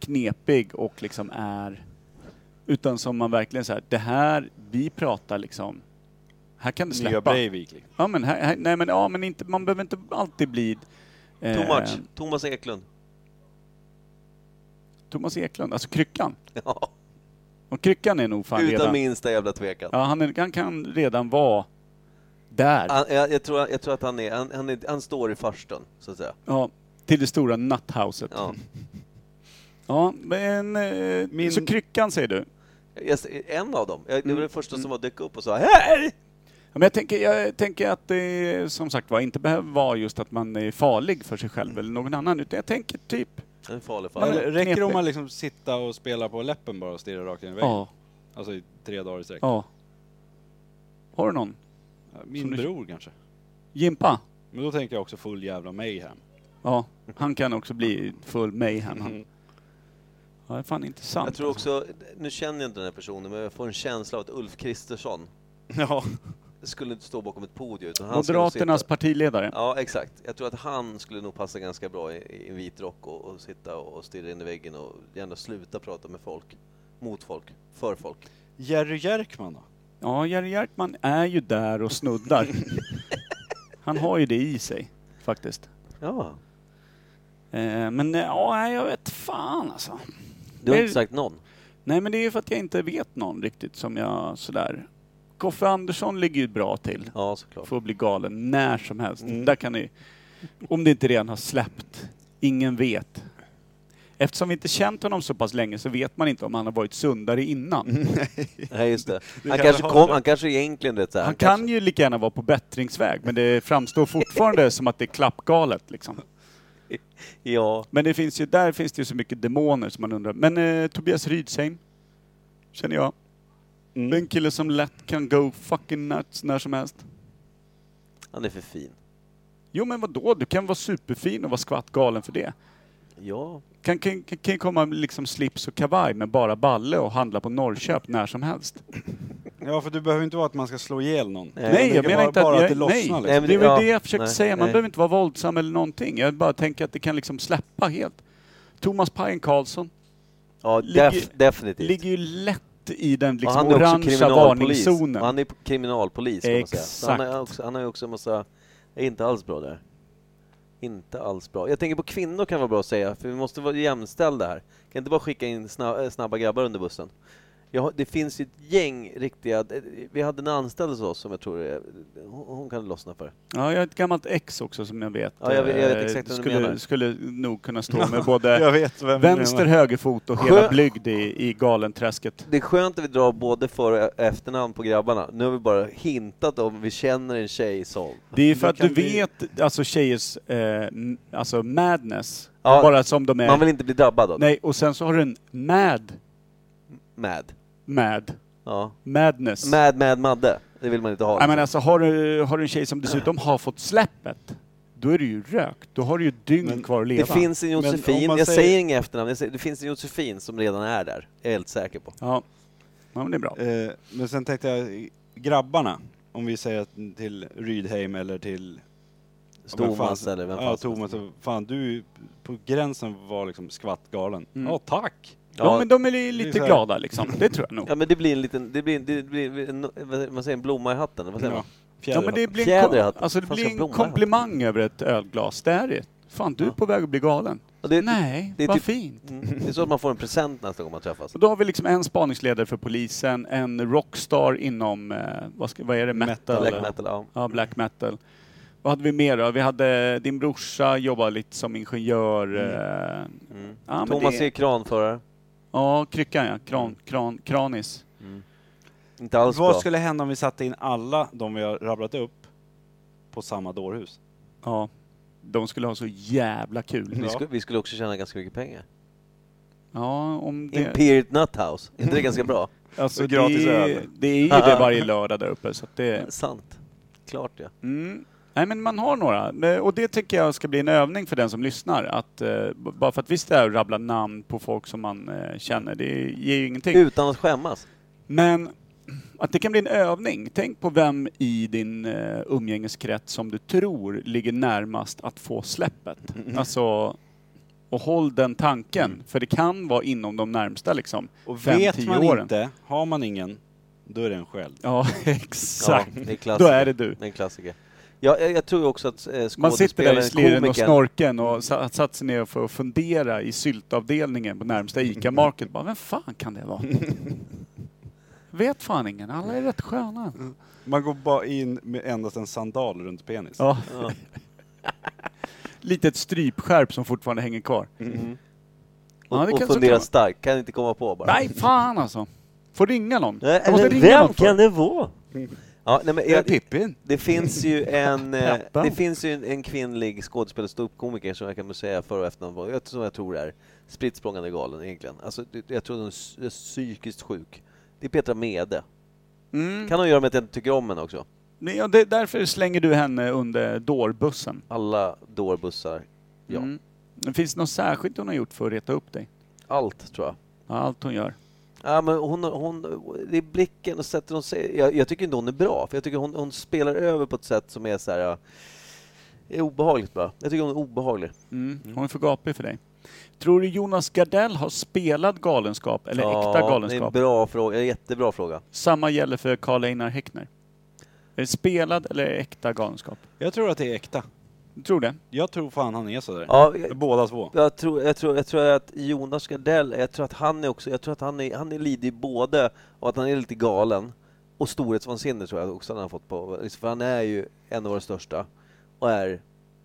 Speaker 1: knepig och liksom är... Utan som man verkligen säger, det här, vi pratar liksom... Här kan det
Speaker 3: Nya
Speaker 1: släppa.
Speaker 3: Breivik. Liksom.
Speaker 1: Ja men, här, här, nej, men, ja, men inte, man behöver inte alltid bli... eh,
Speaker 2: Too much. Thomas Eklund. <laughs>
Speaker 1: Thomas Eklund, alltså Kryckan.
Speaker 2: Ja.
Speaker 1: Och Kryckan är nog fan
Speaker 2: Utan
Speaker 1: redan...
Speaker 2: minsta jävla tvekan.
Speaker 1: Ja, han, är, han kan redan vara där.
Speaker 2: Han, jag, jag, tror, jag tror att han är, han, han, är, han står i farstun, så att säga.
Speaker 1: Ja, till det stora natthouset. Ja,
Speaker 2: Ja.
Speaker 1: men... eh,
Speaker 3: Min-
Speaker 1: Så Kryckan säger du?
Speaker 2: Jag, en av dem. Jag, det var
Speaker 1: Mm.
Speaker 2: den första som var dök upp och sa Hej!
Speaker 1: Ja, men jag, tänker, jag tänker att det som sagt var inte behöver vara just att man är farlig för sig
Speaker 2: Mm.
Speaker 1: själv eller någon annan, utan jag tänker typ...
Speaker 2: Han är farlig
Speaker 1: Ja,
Speaker 2: farlig.
Speaker 1: men-
Speaker 3: Eller, räcker det om
Speaker 1: knepig.
Speaker 3: man liksom sitta och spela på läppen bara och stirra rakt in i väggen?
Speaker 1: Ja,
Speaker 3: Alltså i tre dagar i sträck.
Speaker 1: ja. Har du någon?
Speaker 3: Min
Speaker 1: Som du-
Speaker 3: bror kanske.
Speaker 1: Jimpa?
Speaker 3: Men då tänker jag också full jävla mayhem.
Speaker 1: Ja, han kan också bli full mayhem. han. Ja, det är fan intressant.
Speaker 2: Mm. Jag tror <laughs> också, nu känner jag inte den här personen, men jag får en känsla av att Ulf Kristersson
Speaker 1: Ja,
Speaker 2: skulle inte stå bakom ett podium. Utan han skulle nog
Speaker 1: Moderaternas
Speaker 2: sitta-
Speaker 1: partiledare.
Speaker 2: Ja, exakt. Jag tror att han skulle nog passa ganska bra i, i en vit rock och, och sitta och stirra in i väggen och gärna sluta prata med folk. Mot folk. För folk.
Speaker 3: Jerry Jerkman då?
Speaker 1: Ja, Jerry Jerkman är ju där och snuddar. Han har ju det i sig, faktiskt.
Speaker 2: Ja.
Speaker 1: Eh, Men eh, ja, nej, jag vet fan alltså.
Speaker 2: Du har
Speaker 1: Är-
Speaker 2: inte sagt någon?
Speaker 1: Nej, men det är ju för att jag inte vet någon riktigt som jag sådär... Koffe Andersson ligger ju bra till.
Speaker 2: Ja, såklart.
Speaker 1: Får bli galen när som helst.
Speaker 2: Mm.
Speaker 1: Där kan ni... Om det inte redan har släppt. Ingen vet. Eftersom vi inte känt honom så pass länge så vet man inte om han har varit sundare innan.
Speaker 2: Nej,
Speaker 1: <laughs>
Speaker 2: just det. Han
Speaker 3: kan
Speaker 2: kanske,
Speaker 3: ha
Speaker 2: kom,
Speaker 3: det.
Speaker 2: han kanske egentligen vet så här,
Speaker 1: Han
Speaker 2: kanske-
Speaker 1: kan ju lika gärna vara på bättringsväg, men det framstår fortfarande som att det är klappgalet. Liksom.
Speaker 2: Ja.
Speaker 1: Men det finns ju, där finns det ju så mycket demoner som man undrar. Men eh, Tobias Rydsheim, känner jag. Det är en kille som lätt kan go fucking nuts när som helst.
Speaker 2: Han är för fin.
Speaker 1: Jo men vadå, du kan vara superfin och vara skvattgalen för det.
Speaker 2: Ja.
Speaker 1: Kan, kan, kan kan komma med liksom slips och kavaj med bara balle och handla på Norrköp när som helst.
Speaker 3: Ja, för du behöver inte vara att man ska slå ihjäl någon.
Speaker 2: Nej,
Speaker 1: nej,
Speaker 3: men
Speaker 1: jag
Speaker 3: det
Speaker 1: menar
Speaker 3: var
Speaker 1: inte att...
Speaker 3: bara
Speaker 1: Jag,
Speaker 3: att det lossnar,
Speaker 1: nej,
Speaker 3: liksom.
Speaker 1: det var
Speaker 2: Nej, men
Speaker 1: ju
Speaker 2: det- ja,
Speaker 1: det jag försökte
Speaker 2: nej,
Speaker 1: säga. Man
Speaker 2: nej.
Speaker 1: behöver inte vara våldsam eller någonting. Jag bara tänker att det kan liksom släppa helt. Thomas Pajen Karlsson
Speaker 2: Ja,
Speaker 1: Ligger-
Speaker 2: def, definitivt.
Speaker 1: ligger ju lätt i den
Speaker 2: Och
Speaker 1: liksom
Speaker 2: är också
Speaker 1: orangea
Speaker 2: kriminalpolis.
Speaker 1: varningszonen.
Speaker 2: Och han är kriminalpolis kan man säga. Så Han är
Speaker 1: Exakt.
Speaker 2: också, han är också en massa, är inte alls bra där. Inte alls bra. Jag tänker på kvinnor kan vara bra att säga, för vi måste vara jämställda här. Kan inte bara skicka in snabba, eh, snabba grabbar under bussen. Jag, har- det finns ju ett gäng riktiga, eh, vi hade en anställd hos oss som jag tror är, hon, hon kan lossna för.
Speaker 1: Ja, jag har ett gammalt ex också som jag vet,
Speaker 2: Ja, jag vet- jag vet
Speaker 1: eh,
Speaker 2: exakt vad du menar.
Speaker 1: skulle, skulle nog kunna stå med
Speaker 2: <laughs>
Speaker 3: Jag
Speaker 1: både
Speaker 3: vet vem
Speaker 1: vänster, högerfot och hela
Speaker 2: Sjö-
Speaker 1: blygd i, i galenträsket.
Speaker 2: Det är skönt att vi drar både för och efternamn på grabbarna. Nu har vi bara hintat om vi känner en tjej som.
Speaker 1: Det är för
Speaker 3: Då
Speaker 1: att du
Speaker 3: kan vi-
Speaker 1: vet alltså tjejers eh, m- alltså madness,
Speaker 2: Ja,
Speaker 1: bara som de är.
Speaker 2: Man vill inte bli drabbad av det.
Speaker 1: Nej, och sen så har du en mad,
Speaker 2: Mad.
Speaker 1: mad,
Speaker 2: Ja.
Speaker 1: madness.
Speaker 2: Mad, mad, madde. Det vill man inte ha.
Speaker 1: Nej, men alltså har du, har du en tjej som dessutom har fått släppet, då är du ju rökt. Då har du ju dygn
Speaker 3: Men
Speaker 1: kvar att
Speaker 2: det
Speaker 1: leva.
Speaker 2: finns en
Speaker 3: Men om
Speaker 2: Josefin,
Speaker 3: man
Speaker 2: jag
Speaker 3: säger-
Speaker 2: säger inget efternamn, jag säger, det finns en Josefin som redan är där. Jag är helt säker på.
Speaker 1: Ja. ja, men det är bra.
Speaker 3: Eh, men sen tänkte jag, grabbarna. Om vi säger att till Rydheim eller till...
Speaker 2: Thomas eller vem
Speaker 3: Ja,
Speaker 2: fan
Speaker 3: Thomas. Fan, du är på gränsen var liksom skvattgalen. Ja,
Speaker 1: Mm.
Speaker 3: tack!
Speaker 1: Ja,
Speaker 2: Ja,
Speaker 1: men de är li-
Speaker 3: så
Speaker 1: lite
Speaker 3: här-
Speaker 1: glada liksom. Det tror
Speaker 2: <laughs>
Speaker 1: jag nog.
Speaker 2: ja, men det blir en liten, det blir, det blir en, vad- vad säger, en blomma i hatten, vad säger
Speaker 3: Ja,
Speaker 2: man?
Speaker 1: Ja, men det blir en,
Speaker 2: Fjäder i
Speaker 1: kom,
Speaker 2: hatten.
Speaker 1: alltså, det
Speaker 2: Fan,
Speaker 1: blir
Speaker 2: ska
Speaker 1: en
Speaker 2: blomma i
Speaker 1: komplimang över ett ölglas. Det är det. Fan, du är
Speaker 2: Ja.
Speaker 1: på väg att bli galen.
Speaker 2: Och det,
Speaker 1: Nej,
Speaker 2: det är
Speaker 1: vad
Speaker 2: typ-
Speaker 1: fint.
Speaker 2: Mm, det är så att man får en present nästa gång man träffas.
Speaker 1: Och då har vi liksom en spaningsledare för polisen, en rockstar inom, eh, vad, ska, vad är det, metal?
Speaker 2: Black metal, ja.
Speaker 1: <laughs> Ja, black metal. Vad hade vi mer då? Vi hade din brorsa jobbar lite som ingenjör. eh,
Speaker 2: Mm.
Speaker 1: Ja, men
Speaker 2: Thomas
Speaker 1: det-
Speaker 2: är kranförare.
Speaker 1: Ja, kryckan ja. Kran, kran, kranis.
Speaker 2: Inte alls
Speaker 3: Vad
Speaker 2: bra.
Speaker 3: skulle hända om vi satte in alla de vi har rabblat upp på samma dårhus?
Speaker 1: Ja. De skulle ha så jävla kul.
Speaker 2: Vi,
Speaker 3: Ja.
Speaker 2: skulle, vi skulle också tjäna ganska mycket pengar.
Speaker 1: Ja, om det...
Speaker 2: Imperiet Nuthouse, är inte det ganska bra?
Speaker 1: Alltså,
Speaker 3: Och gratis
Speaker 1: det,
Speaker 3: öl.
Speaker 1: det är ju det varje lördag där uppe. Så att det,
Speaker 2: Sant. Klart ja.
Speaker 1: Mm. Nej men man har några. Men- Och det tycker jag ska bli en övning för den som lyssnar. Att, eh, b- bara för att vi står här och rabblar namn på folk som man eh, känner, det ger ju ingenting.
Speaker 2: Utan att skämmas.
Speaker 1: Men att det kan bli en övning. Tänk på vem i din eh, umgängeskrets som du tror ligger närmast att få släppet.
Speaker 2: Mm.
Speaker 1: Alltså, och håll den tanken. För det kan vara inom de närmsta liksom.
Speaker 3: Och
Speaker 1: Fem,
Speaker 3: vet
Speaker 1: tio
Speaker 3: man
Speaker 1: åren.
Speaker 3: inte, har man ingen, då är det en själv.
Speaker 1: Ja, <laughs> exakt.
Speaker 2: Ja, alltså, det är klassiker.
Speaker 1: Då är det du.
Speaker 2: Det är en klassiker. Ja, jag, jag tror också att eh,
Speaker 1: Man sitter där i
Speaker 2: skådespelaren,
Speaker 1: sliren och
Speaker 2: komikern-
Speaker 1: snorken och sa- att satt sig ner för att fundera i syltavdelningen på närmsta ICA-market. Bara, vem fan kan det
Speaker 2: <laughs>
Speaker 1: vara? Vet fan ingen, alla är rätt sköna.
Speaker 3: Man går bara in med endast en sandal runt penis.
Speaker 1: Ja. <laughs>
Speaker 2: Ja.
Speaker 1: Litet strypskärp som fortfarande hänger kvar.
Speaker 2: Mm.
Speaker 1: Ja, det
Speaker 2: Och, och
Speaker 1: kanske
Speaker 2: fundera
Speaker 1: kan-
Speaker 2: starkt, kan inte komma på
Speaker 1: <laughs>
Speaker 2: bara.
Speaker 1: Nej, fan alltså. Får ringa någon.
Speaker 2: Nej,
Speaker 1: Jag måste
Speaker 2: men
Speaker 1: ringa någon
Speaker 2: vem
Speaker 1: för.
Speaker 2: kan det vara? Ja, nej, men
Speaker 1: Jag är
Speaker 2: jag,
Speaker 1: Pippin.
Speaker 2: det finns ju
Speaker 1: <laughs>
Speaker 2: en, eh,
Speaker 1: Peppan.
Speaker 2: det finns ju en, en kvinnlig skådespelare, ståuppkomiker som jag kan väl säga för och efternamn var, jag- som jag tror är spritt språngande galen egentligen. Alltså, det- jag tror hon är s- är psykiskt sjuk. Det är Petra Mede.
Speaker 1: Mm.
Speaker 2: Kan ha att göra med att jag inte tycker om henne också.
Speaker 1: Nej, Ja, det, därför slänger du henne under dårbussen.
Speaker 2: Alla dårbussar, ja.
Speaker 1: Mm. Finns det något särskilt hon har gjort för att reta upp dig?
Speaker 2: allt tror jag.
Speaker 1: Ja, allt hon gör.
Speaker 2: Ja, men hon, hon, det är blicken och sättet hon säger... Jag, jag tycker inte hon är bra, för jag tycker hon, hon spelar över på ett sätt som är så här... ja, är obehagligt bara. Jag tycker hon är obehaglig.
Speaker 1: Mm. Hon är för gapig för dig. Tror du Jonas Gardell har spelat galenskap eller
Speaker 2: Ja,
Speaker 1: äkta
Speaker 2: Det är en
Speaker 1: galenskap?
Speaker 2: bra fråga, en jättebra fråga.
Speaker 1: Samma gäller för Karl Einar Häckner. Är det spelad eller äkta galenskap?
Speaker 3: Jag tror att det är äkta.
Speaker 1: Du tror det?
Speaker 3: Jag tror fan han är sådär.
Speaker 2: Ja, jag,
Speaker 3: Båda två.
Speaker 2: jag, tror, jag, tror, jag tror att Jonas Gardell, jag tror att han är också, jag tror att han är, han är lider i både och att han är lite galen och storhetsvansinne tror jag också han har fått på, liksom, för han är ju en av våra största och är,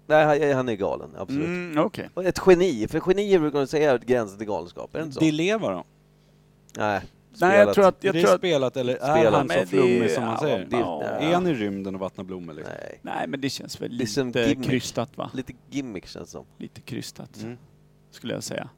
Speaker 2: nej han- han är galen, absolut.
Speaker 1: Mm, Okej.
Speaker 2: Och Ett geni, för genier brukar man säga är gränsen till galenskap, är det inte så?
Speaker 3: Di Leva då?
Speaker 2: Nej,
Speaker 1: Nej, jag tror att... Jag
Speaker 3: Jag det
Speaker 1: tror
Speaker 3: är
Speaker 1: att
Speaker 3: spelat eller är
Speaker 2: Spelat.
Speaker 3: han
Speaker 1: Men
Speaker 3: så
Speaker 1: det-
Speaker 3: flummig som man
Speaker 1: ja,
Speaker 3: säger?
Speaker 1: det-
Speaker 2: ja.
Speaker 3: Är han i rymden och vattnar blommor liksom?
Speaker 2: nej.
Speaker 1: nej, men det känns väl
Speaker 2: Det är som
Speaker 1: lite
Speaker 2: gimmick.
Speaker 1: krystat va?
Speaker 2: Lite gimmick känns det som.
Speaker 1: Lite krystat,
Speaker 3: Mm.
Speaker 1: skulle jag säga.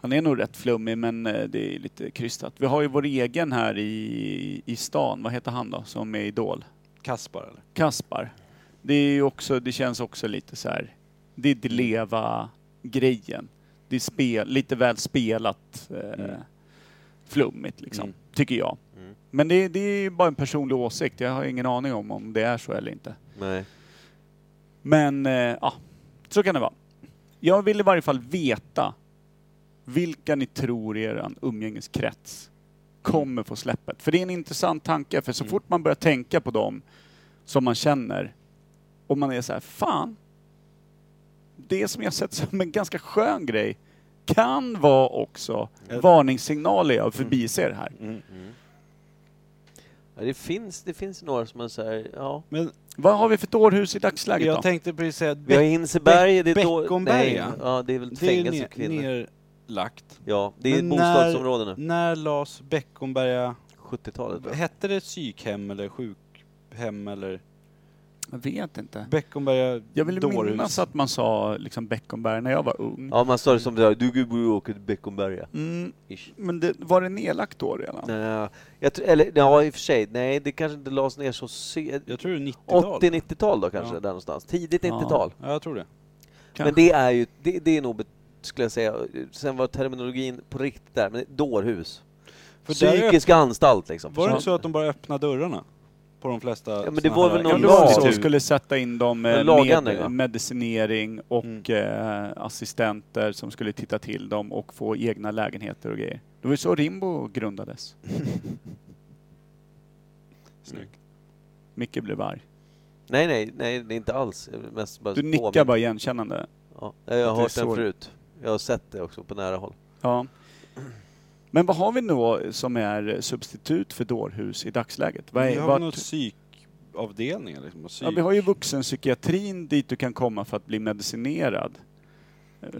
Speaker 1: Han är nog rätt flummig, men eh, det är lite krystat. Vi har ju vår egen här i, i stan, vad heter han då, som är idol?
Speaker 3: Kaspar eller?
Speaker 1: Kaspar. Det, är ju också, det känns också lite så här. Det är det leva grejen. Det är spel, lite väl spelat eh,
Speaker 3: Mm.
Speaker 1: flummigt liksom,
Speaker 3: Mm.
Speaker 1: tycker jag.
Speaker 2: Mm.
Speaker 1: Men det, det är ju bara en personlig åsikt. Jag har ingen aning om om det är så eller inte.
Speaker 2: Nej.
Speaker 1: Men eh, ja, så kan det vara. Jag vill i varje fall veta vilka ni tror i er umgängeskrets kommer få släppet. För det är en intressant tanke, för så
Speaker 3: Mm.
Speaker 1: fort man börjar tänka på dem som man känner och man är så här, fan, det som jag sett som en ganska skön grej kan vara också
Speaker 3: Mm.
Speaker 1: varningssignaler jag förbiser här.
Speaker 2: Mm, Ja, det, finns, det finns några som man säger, ja.
Speaker 3: Men
Speaker 1: Vad har vi för dårhus i dagsläget
Speaker 3: jag
Speaker 1: då?
Speaker 3: tänkte precis säga att
Speaker 2: Vi har
Speaker 3: Beck-
Speaker 2: Hinseberg, det är då-
Speaker 3: Beckomberga.
Speaker 2: nej, Ja, det är väl ett
Speaker 3: det är
Speaker 2: fängelse
Speaker 3: ju
Speaker 2: för kvinnor.
Speaker 3: ner, nerlagt.
Speaker 2: Ja, det är ett
Speaker 3: Men när-
Speaker 2: bostadsområde nu.
Speaker 3: När lades Beckomberga...
Speaker 2: 70-talet. va?
Speaker 3: Hette det psykhem eller sjukhem eller...
Speaker 1: Jag vet inte.
Speaker 3: Beckomberga
Speaker 1: Jag vill
Speaker 3: dårhus.
Speaker 1: minnas att man sa liksom Beckomberg när jag var ung.
Speaker 2: Ja, man sa det som det där, du borde åka till Beckomberga.
Speaker 1: Mm,
Speaker 2: Ish.
Speaker 1: men det, var det nedlagt då redan?
Speaker 2: Nej, jag tror, eller ja, i och för sig, nej det kanske inte lades ner så sent.
Speaker 3: Jag tror det är 90-tal.
Speaker 2: 80-90-tal då kanske,
Speaker 3: Ja.
Speaker 2: där någonstans. Tidigt 90-tal.
Speaker 3: Ja, jag tror det.
Speaker 2: Men det är ju, det, det är nog, bet- skulle jag säga, sen var terminologin på riktigt där, men dårhus.
Speaker 3: För där
Speaker 2: Psykisk anstalt liksom.
Speaker 3: Var det inte så att de bara öppnade dörrarna? På de flesta
Speaker 2: men det
Speaker 3: såna
Speaker 2: var
Speaker 3: här
Speaker 2: väl
Speaker 1: Ja,
Speaker 2: någon
Speaker 1: det var
Speaker 2: lag.
Speaker 1: så.
Speaker 2: Typ.
Speaker 1: skulle sätta in dem eh,
Speaker 2: Någon lagändring, va?
Speaker 1: med medicinering och
Speaker 3: Mm.
Speaker 1: eh, assistenter som skulle titta till dem och få egna lägenheter och grejer. Det var ju så Rimbo
Speaker 2: <laughs>
Speaker 1: grundades.
Speaker 3: Snyggt.
Speaker 1: Micke blev arg.
Speaker 2: Nej, nej, nej, det är inte alls. Jag vill Mest bara
Speaker 1: Du
Speaker 2: påminna.
Speaker 1: nickar bara igenkännande.
Speaker 2: Ja, jag har
Speaker 1: det är
Speaker 2: hört den
Speaker 1: så.
Speaker 2: förut. Jag har sett det också på nära håll.
Speaker 1: Ja. Men vad har vi då som är substitut för dårhus i dagsläget? Vad
Speaker 3: Vi
Speaker 1: är,
Speaker 3: har
Speaker 1: vart-
Speaker 3: väl någon psykavdelning eller liksom? och Psyk.
Speaker 1: ja, vi har ju vuxenpsykiatrin dit du kan komma för att bli medicinerad.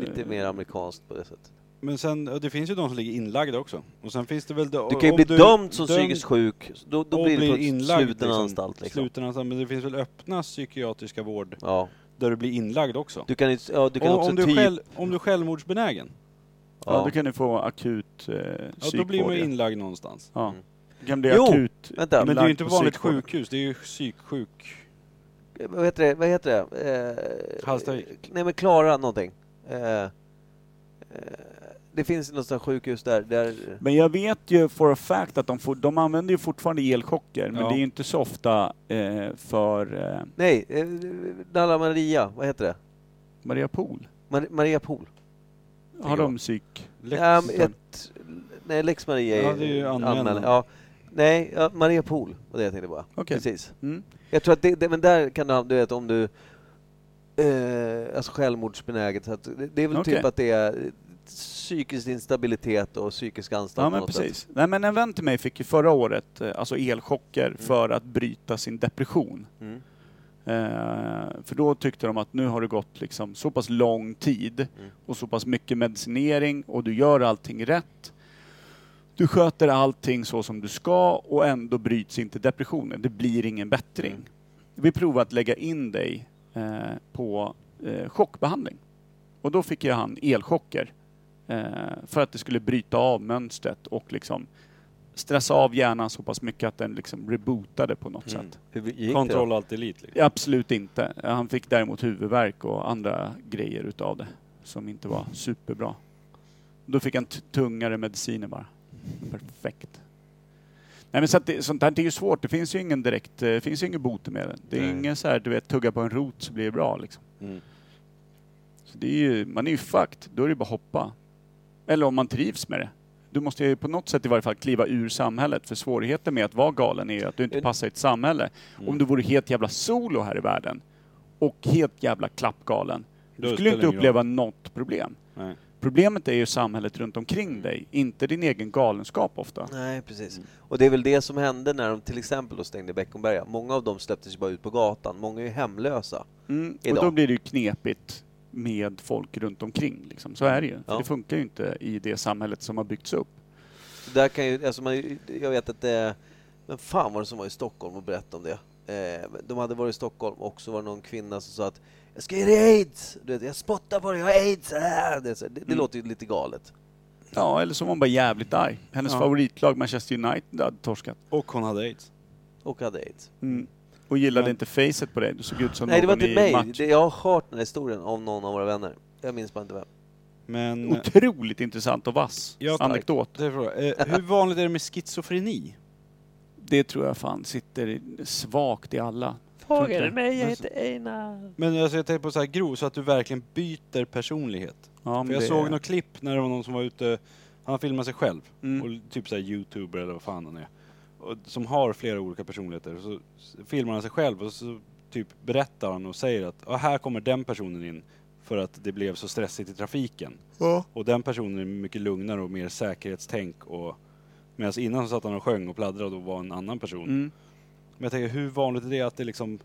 Speaker 2: Lite
Speaker 1: Eh,
Speaker 2: mer amerikanskt på det sättet.
Speaker 3: Men sen, ja, det finns ju de som ligger inlagda också. Och sen finns det väl...
Speaker 2: Du kan ju bli dömd som psykiskt sjuk, så då, då
Speaker 3: och
Speaker 2: blir
Speaker 3: blir
Speaker 2: du på en
Speaker 3: inlagd,
Speaker 2: sluten
Speaker 3: liksom.
Speaker 2: anstalt. Liksom.
Speaker 3: Sluten anstalt, men det finns väl öppna psykiatriska vård
Speaker 2: Ja.
Speaker 3: där du blir inlagd också?
Speaker 2: Du kan, ju- ja, du kan
Speaker 3: och
Speaker 2: också
Speaker 3: om, du är
Speaker 2: typ...
Speaker 3: själv, om du är självmordsbenägen,
Speaker 1: Ja, då kan du få akut eh,
Speaker 3: ja, då
Speaker 1: psykvård,
Speaker 3: blir man ju
Speaker 1: ja.
Speaker 3: inlagd någonstans.
Speaker 1: Ja.
Speaker 2: Mm.
Speaker 1: Du kan bli
Speaker 2: Jo!
Speaker 1: akut.
Speaker 2: Vänta,
Speaker 3: Men det är
Speaker 1: Inlagd
Speaker 3: ju inte
Speaker 1: på
Speaker 3: vanligt
Speaker 1: psykvård.
Speaker 3: sjukhus, det är ju psyksjuk.
Speaker 2: vad heter det? Vad heter det? Eh,
Speaker 3: Hallstavik.
Speaker 2: Nej men Klara någonting. Eh, eh, det finns ju något sånt här sjukhus där, där...
Speaker 1: Men jag vet ju for a fact att de, for, de använder ju fortfarande elchocker, men
Speaker 3: Ja.
Speaker 1: det är ju inte så ofta eh, för eh,
Speaker 2: Nej, eh, Dalla Maria, vad heter det?
Speaker 1: Maria Pool.
Speaker 2: Mar- Maria Pool.
Speaker 1: Har de psyk?
Speaker 3: Lex.
Speaker 2: Ja, men ett, nej, Lex Maria
Speaker 3: Ja, det är ju anmälan.
Speaker 2: Ja. Nej, ja, Maria Pool var det jag tänkte på.
Speaker 1: Okej.
Speaker 2: Precis.
Speaker 1: Mm.
Speaker 2: Jag tror att det, det men där kan du, ha- du vet om du, eh, alltså självmordsbenäget, så att det, det är väl typ
Speaker 1: Okej.
Speaker 2: att det är psykisk instabilitet och psykisk anstalt
Speaker 1: Ja
Speaker 2: på
Speaker 1: men
Speaker 2: något sätt.
Speaker 1: precis. Nej men en vän till mig fick ju förra året eh, alltså elchocker för att bryta sin depression.
Speaker 2: Mm.
Speaker 1: Eh, för då tyckte de att nu har det gått liksom så pass lång tid
Speaker 2: Mm.
Speaker 1: och så pass mycket medicinering och du gör allting rätt. Du sköter allting så som du ska och ändå bryts inte depressionen. Det blir ingen bättring.
Speaker 2: Mm.
Speaker 1: Vi provade att lägga in dig eh, på eh, chockbehandling. Och då fick ju han elchocker eh, för att det skulle bryta av mönstret och liksom stressa av hjärnan så pass mycket att den liksom rebootade på något
Speaker 2: Mm.
Speaker 1: sätt.
Speaker 2: Hur gick
Speaker 3: Kontroll allt elit. Liksom.
Speaker 1: Absolut inte. Han fick däremot huvudvärk och andra grejer utav det som inte var superbra. Då fick han t- tungare mediciner bara. Perfekt. Nej men så att det, sånt här det är ju svårt. Det finns ju ingen direkt, eh, det finns ju ingen botemedel. Det är
Speaker 3: Nej.
Speaker 1: ingen så här, du vet, tugga på en rot så blir det bra liksom.
Speaker 3: Mm.
Speaker 1: Så det är ju, man är ju fucked. Då är det bara att hoppa. Eller om man trivs med det. Du måste ju på något sätt i varje fall kliva ur samhället. För svårigheten med att vara galen är ju att du inte
Speaker 2: Mm.
Speaker 1: passar i ett samhälle.
Speaker 3: Mm.
Speaker 1: Om du vore helt jävla solo här i världen och helt jävla klappgalen.
Speaker 3: Då
Speaker 1: Du skulle
Speaker 3: spelar
Speaker 1: inte
Speaker 3: det ingen
Speaker 1: uppleva något problem.
Speaker 3: Nej.
Speaker 1: Problemet är ju samhället runt
Speaker 3: Mm.
Speaker 1: omkring dig, inte din egen galenskap ofta.
Speaker 2: Nej, precis. Och det är väl det som hände när de till exempel då stängde Beckomberga. Många av dem släpptes ju bara ut på gatan. Många är ju hemlösa.
Speaker 1: Mm. Och
Speaker 2: Idag.
Speaker 1: då blir det ju knepigt med folk runt omkring. Liksom. Så är det ju. För
Speaker 2: Ja.
Speaker 1: det funkar ju inte i det samhället som har byggts upp.
Speaker 2: Så där kan ju, alltså man, jag vet att det, men fan var det som var i Stockholm och berättade om det? Eh, de hade varit i Stockholm och så var det någon kvinna som sa att jag ska ge dig aids! Du vet, jag spottar på dig, jag har aids! Ah! Det, är så- det, det
Speaker 1: Mm.
Speaker 2: låter ju lite galet.
Speaker 1: Ja, eller så var hon bara jävligt arg. Hennes
Speaker 3: Ja.
Speaker 1: favoritlag Manchester United hade torskat. Mm.
Speaker 3: Och hon hade aids.
Speaker 2: Och hade aids.
Speaker 1: Och gillade
Speaker 3: Men-
Speaker 1: inte facet på dig. Du såg ut som
Speaker 2: Nej, det var
Speaker 1: någon
Speaker 2: inte
Speaker 1: i
Speaker 2: mig.
Speaker 1: match.
Speaker 2: Det, jag har hört den här historien av någon av våra vänner. Jag minns bara inte vem.
Speaker 3: Men...
Speaker 1: Mm. Otroligt intressant och vass
Speaker 3: Ja, tack.
Speaker 1: anekdot.
Speaker 3: Det är frågan. Eh, hur vanligt är det med schizofreni?
Speaker 1: Det tror jag fan sitter i- svagt i alla. Frågar du
Speaker 2: mig?
Speaker 3: jag
Speaker 2: heter Einar.
Speaker 3: Men alltså, jag tänker på så här grov, så att du verkligen byter personlighet.
Speaker 1: Ja,
Speaker 3: För jag såg något klipp när det var någon som var ute, han filmade sig själv,
Speaker 1: Mm.
Speaker 3: och typ såhär youtuber eller vad fan han är. Och, som har flera olika personligheter. Och Så s- filmar han sig själv och så typ berättar han och säger att "Ja, här kommer den personen in för att det blev så stressigt i trafiken. Och den personen är mycket lugnare och mer säkerhetstänk och medan innan så satt han och sjöng och pladdrade och var en annan person.
Speaker 1: Mm.
Speaker 3: Men jag tänker, hur vanligt är det att det liksom...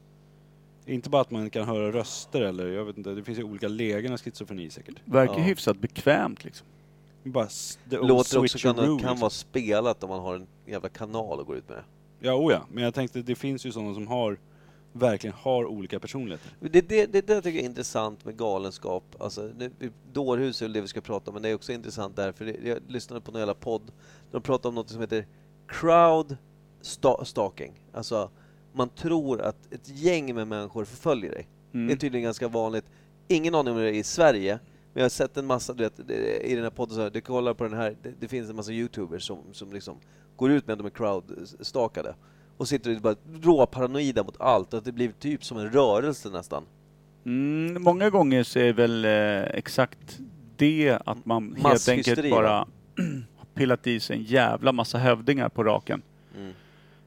Speaker 3: Inte bara att man kan höra röster eller, jag vet inte, det finns ju olika lägen av schizofreni säkert.
Speaker 1: Verkar
Speaker 2: Ja.
Speaker 1: hyfsat bekvämt liksom.
Speaker 3: Men Bara s- the old
Speaker 2: Låter också
Speaker 3: switcheroo,
Speaker 2: kan, kan
Speaker 3: liksom.
Speaker 2: vara spelat om man har en jävla kanal att gå ut med det.
Speaker 3: Ja, oh ja. Men jag tänkte, det finns ju sådana som har, verkligen har olika personligheter.
Speaker 2: Det, det, det där tycker jag är intressant med galenskap. Alltså, det, det- dårhus är väl det vi ska prata om, men det är också intressant därför det- jag lyssnade på någon jävla podd. De pratade om något som heter crowd sta- stalking. Alltså, man tror att ett gäng med människor förföljer dig.
Speaker 1: Mm.
Speaker 2: Det är tydligen ganska vanligt. Ingen aning om det är i Sverige, men jag har sett en massa, du vet, det- i den här podden, så här, du kollar på den här, det, det finns en massa youtubers som, som liksom går ut med att de är crowdstakade och sitter och bara råparanoida mot allt, att det blir typ som en rörelse nästan.
Speaker 1: Mm, många gånger så är väl eh, exakt det att man helt
Speaker 2: Masshysteri,
Speaker 1: enkelt
Speaker 2: va?
Speaker 1: bara <clears throat> har pillat i sig en jävla massa hövdingar på raken.
Speaker 2: Mm.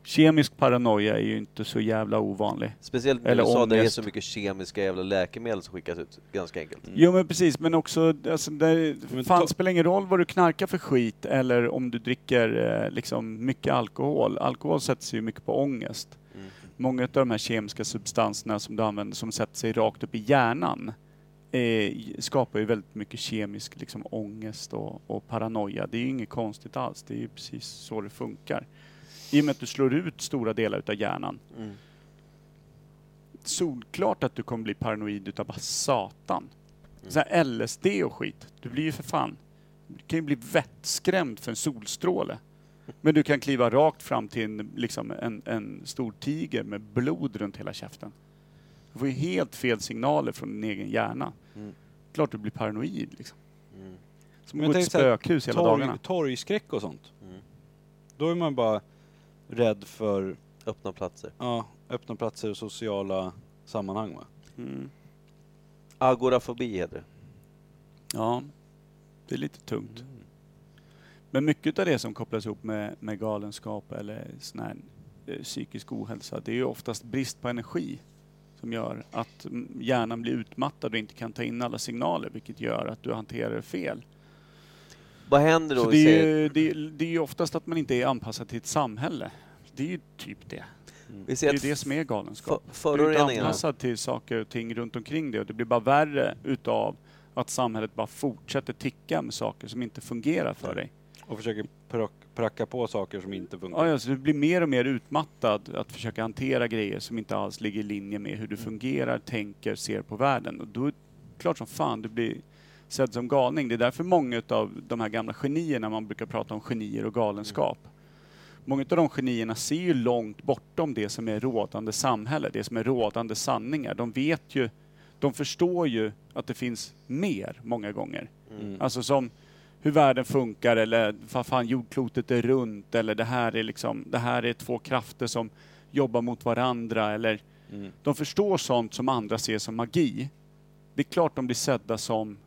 Speaker 1: Kemisk paranoia är ju inte så jävla ovanlig.
Speaker 2: Speciellt i
Speaker 1: Eller
Speaker 2: USA där det är
Speaker 1: ångest.
Speaker 2: så mycket kemiska jävla läkemedel som skickas ut, ganska enkelt.
Speaker 1: Jo men precis, men också, alltså, det
Speaker 3: Men
Speaker 1: fan,
Speaker 3: ta-
Speaker 1: spelar ingen roll vad du knarkar för skit eller om du dricker eh, liksom mycket alkohol. Alkohol sätter sig ju mycket på ångest.
Speaker 2: Mm.
Speaker 1: Många av de här kemiska substanserna som du använder som sätter sig rakt upp i hjärnan eh, skapar ju väldigt mycket kemisk liksom, ångest och, och paranoia. Det är ju inget konstigt alls, det är ju precis så det funkar. I och med att du slår ut stora delar utav hjärnan.
Speaker 2: Mm.
Speaker 1: Solklart att du kommer bli paranoid utav bara satan.
Speaker 2: Mm.
Speaker 1: Så här LSD och skit, du blir ju för fan, du kan ju bli vettskrämd för en solstråle. Men du kan kliva rakt fram till en, liksom en, en stor tiger med blod runt hela käften. Du får ju helt fel signaler från din egen hjärna.
Speaker 2: Mm.
Speaker 1: Klart du blir paranoid liksom.
Speaker 2: Mm.
Speaker 1: Som
Speaker 3: Men
Speaker 1: att gå i
Speaker 3: tänk
Speaker 1: ett
Speaker 3: så här,
Speaker 1: spökhus hela
Speaker 3: Torg,
Speaker 1: dagarna.
Speaker 3: torgskräck och sånt.
Speaker 2: Mm.
Speaker 3: Då är man bara rädd för,
Speaker 2: Öppna platser.
Speaker 3: ja, öppna platser och sociala sammanhang va?
Speaker 1: Mm.
Speaker 2: Agorafobi heter det.
Speaker 1: Ja, det är lite tungt.
Speaker 2: Mm.
Speaker 1: Men mycket av det som kopplas ihop med, med galenskap eller sån här eh, psykisk ohälsa, det är ju oftast brist på energi som gör att mm, hjärnan blir utmattad och inte kan ta in alla signaler, vilket gör att du hanterar det fel.
Speaker 2: Vad händer då?
Speaker 1: Så
Speaker 2: om
Speaker 1: det
Speaker 2: vi
Speaker 1: är,
Speaker 2: säger-
Speaker 1: ju, det, är- det är ju oftast att man inte är anpassad till ett samhälle. Det är ju typ det.
Speaker 2: vi
Speaker 1: Det
Speaker 2: säger
Speaker 1: är ju
Speaker 2: att
Speaker 1: det som är galenskap.
Speaker 2: för-
Speaker 1: Du är inte
Speaker 2: föroreningarna.
Speaker 1: anpassad till saker och ting runt omkring dig och det blir bara värre utav att samhället bara fortsätter ticka med saker som inte fungerar för dig.
Speaker 3: Och försöker prack- pracka på saker som inte funkar.
Speaker 1: Ja, ja, så du blir mer och mer utmattad att försöka hantera grejer som inte alls ligger i linje med hur du fungerar, tänker, ser på världen. Och då är det klart som fan du blir sedd som galning. Det är därför många av de här gamla genierna, man brukar prata om genier och galenskap. Många av de genierna ser ju långt bortom det som är rådande samhälle, det som är rådande sanningar. De vet ju, de förstår ju att det finns mer många gånger.
Speaker 3: Mm.
Speaker 1: Alltså som hur världen funkar eller vad fan jordklotet är runt eller det här är liksom, det här är två krafter som jobbar mot varandra eller
Speaker 3: Mm.
Speaker 1: de förstår sånt som andra ser som magi. Det är klart de blir sedda som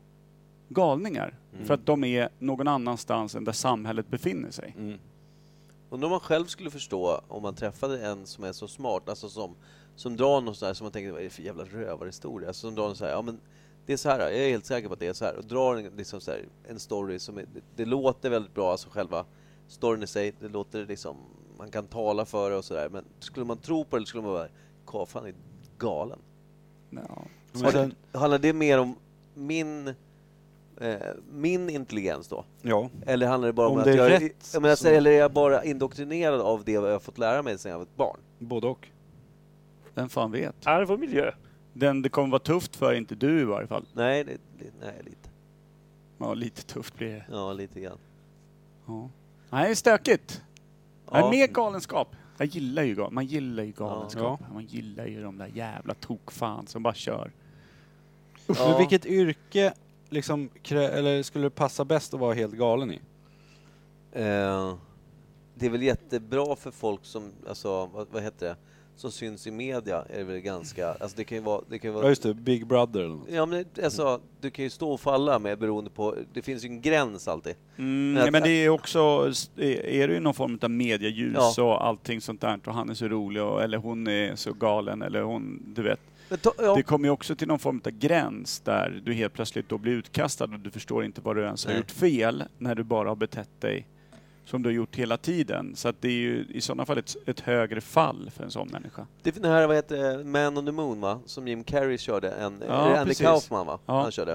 Speaker 1: galningar
Speaker 3: Mm.
Speaker 1: för att de är någon annanstans än där samhället befinner sig.
Speaker 3: Mm.
Speaker 2: Undrar om man själv skulle förstå om man träffade en som är så smart, alltså som, som drar någon sån här, som man tänker, vad är det för jävla rövarhistoria? Alltså som drar någon så här, ja men det är så här, jag är helt säker på att det är så här. Och drar en, liksom så här, en story som är, det, det låter väldigt bra, alltså själva storyn i sig, det låter liksom, man kan tala för det och sådär. Men skulle man tro på det eller skulle man bara, "Karl, fan är galen?
Speaker 3: Mm.
Speaker 1: Ja.
Speaker 3: Men sen,
Speaker 2: Handlar det mer om min, eh, min intelligens då?
Speaker 3: ja.
Speaker 2: Eller handlar det bara om,
Speaker 3: Om
Speaker 2: att
Speaker 3: det är
Speaker 2: jag,
Speaker 3: rätt,
Speaker 2: jag menar,
Speaker 3: så-
Speaker 2: eller är jag bara indoktrinerad av det jag har fått lära mig sedan jag var ett barn?
Speaker 3: Både och.
Speaker 1: Vem fan vet?
Speaker 5: Arv och miljö.
Speaker 1: Den det kommer vara tufft för, inte du i varje fall.
Speaker 2: Nej, det, det, nej lite.
Speaker 1: Ja, lite tufft blir det.
Speaker 2: Ja, lite grann.
Speaker 1: Ja. Nej, det är stökigt.
Speaker 2: Ja.
Speaker 1: Nej, mer galenskap. Jag gillar ju gal- man gillar ju galenskap.
Speaker 3: Ja.
Speaker 1: Man gillar ju de där jävla tokfan som bara kör.
Speaker 2: Ja.
Speaker 3: Men vilket yrke liksom, krä- eller skulle det passa bäst att vara helt galen i?
Speaker 2: Eh, det är väl jättebra för folk som, alltså, vad, vad heter det, som syns i media är det väl ganska, alltså det kan ju vara, det kan ju
Speaker 3: Ja
Speaker 2: vara
Speaker 3: just det, Big Brother eller något.
Speaker 2: Ja men det- alltså, du kan ju stå och falla med beroende på, det finns ju en gräns alltid.
Speaker 1: Mm,
Speaker 2: Men att-
Speaker 1: ja, men det är också, e- är det ju någon form av mediejus
Speaker 2: Ja.
Speaker 1: och allting sånt där och han är så rolig och, eller hon är så galen eller hon, du vet.
Speaker 2: Men ta, ja,
Speaker 1: Det kommer ju också till någon form av gräns där du helt plötsligt då blir utkastad och du förstår inte vad du ens har
Speaker 2: Nej.
Speaker 1: gjort fel när du bara har betett dig som du har gjort hela tiden. Så att det är ju i sådana fall ett, ett högre fall för en sån människa.
Speaker 2: det är den här, vad heter det, Man on the Moon va? Som Jim Carrey körde, en,
Speaker 1: Ja,
Speaker 2: är det Andy
Speaker 1: precis.
Speaker 2: Kaufman va?
Speaker 1: Ja. Mm.
Speaker 2: Han körde,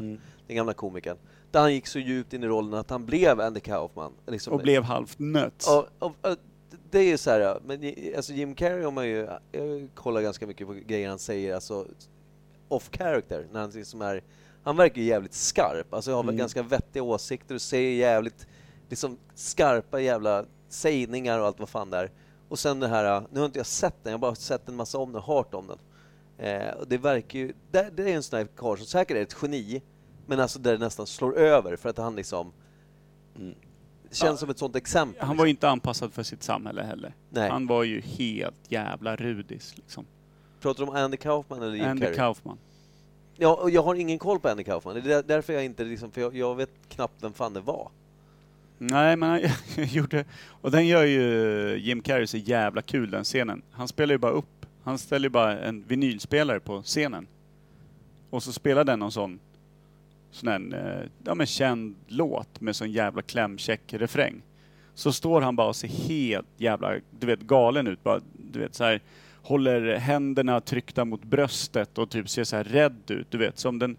Speaker 2: den gamla komikern. Där han gick så djupt in i rollen att han blev Andy Kaufman. Liksom,
Speaker 1: Och blev halvt nöt.
Speaker 2: Ja, och- och det är ju så här, ja, men i- alltså Jim Carrey har man ju, jag kollar ganska mycket på grejer han säger, alltså off character, när han liksom är, han verkar ju jävligt skarp, alltså har
Speaker 1: Mm.
Speaker 2: väl ganska vettiga åsikter och säger jävligt, liksom skarpa jävla sägningar och allt vad fan det är. Och sen det här, nu har inte jag sett den, jag har bara sett en massa om den, hört om den. Eh, och det verkar ju, det, det är en sån här karl som säkert är ett geni, men alltså där det nästan slår över för att han liksom Känns som ett sånt exempel.
Speaker 1: Mm. Han var ju inte anpassad för sitt samhälle heller.
Speaker 2: Nej.
Speaker 1: Han var ju helt jävla rudis liksom.
Speaker 2: Pratar du om Andy Kaufman eller Jim
Speaker 1: Andy
Speaker 2: Carrey?
Speaker 1: Kaufman.
Speaker 2: ja, och jag har ingen koll på Andy Kaufman. Det är där- därför jag inte liksom, för jag, jag vet knappt vem fan det var.
Speaker 1: Nej, men han <laughs> gjorde... Och den gör ju Jim Carrey så jävla kul, den scenen. Han spelar ju bara upp. Han ställer ju bara en vinylspelare på scenen. Och så spelar den någon sån... Sån här, eh, ja men känd låt med sån jävla klämkäck refräng. Så står han bara och ser helt jävla, du vet, galen ut. Bara, du vet så här håller händerna tryckta mot bröstet och typ ser så här rädd ut. Du vet, som den,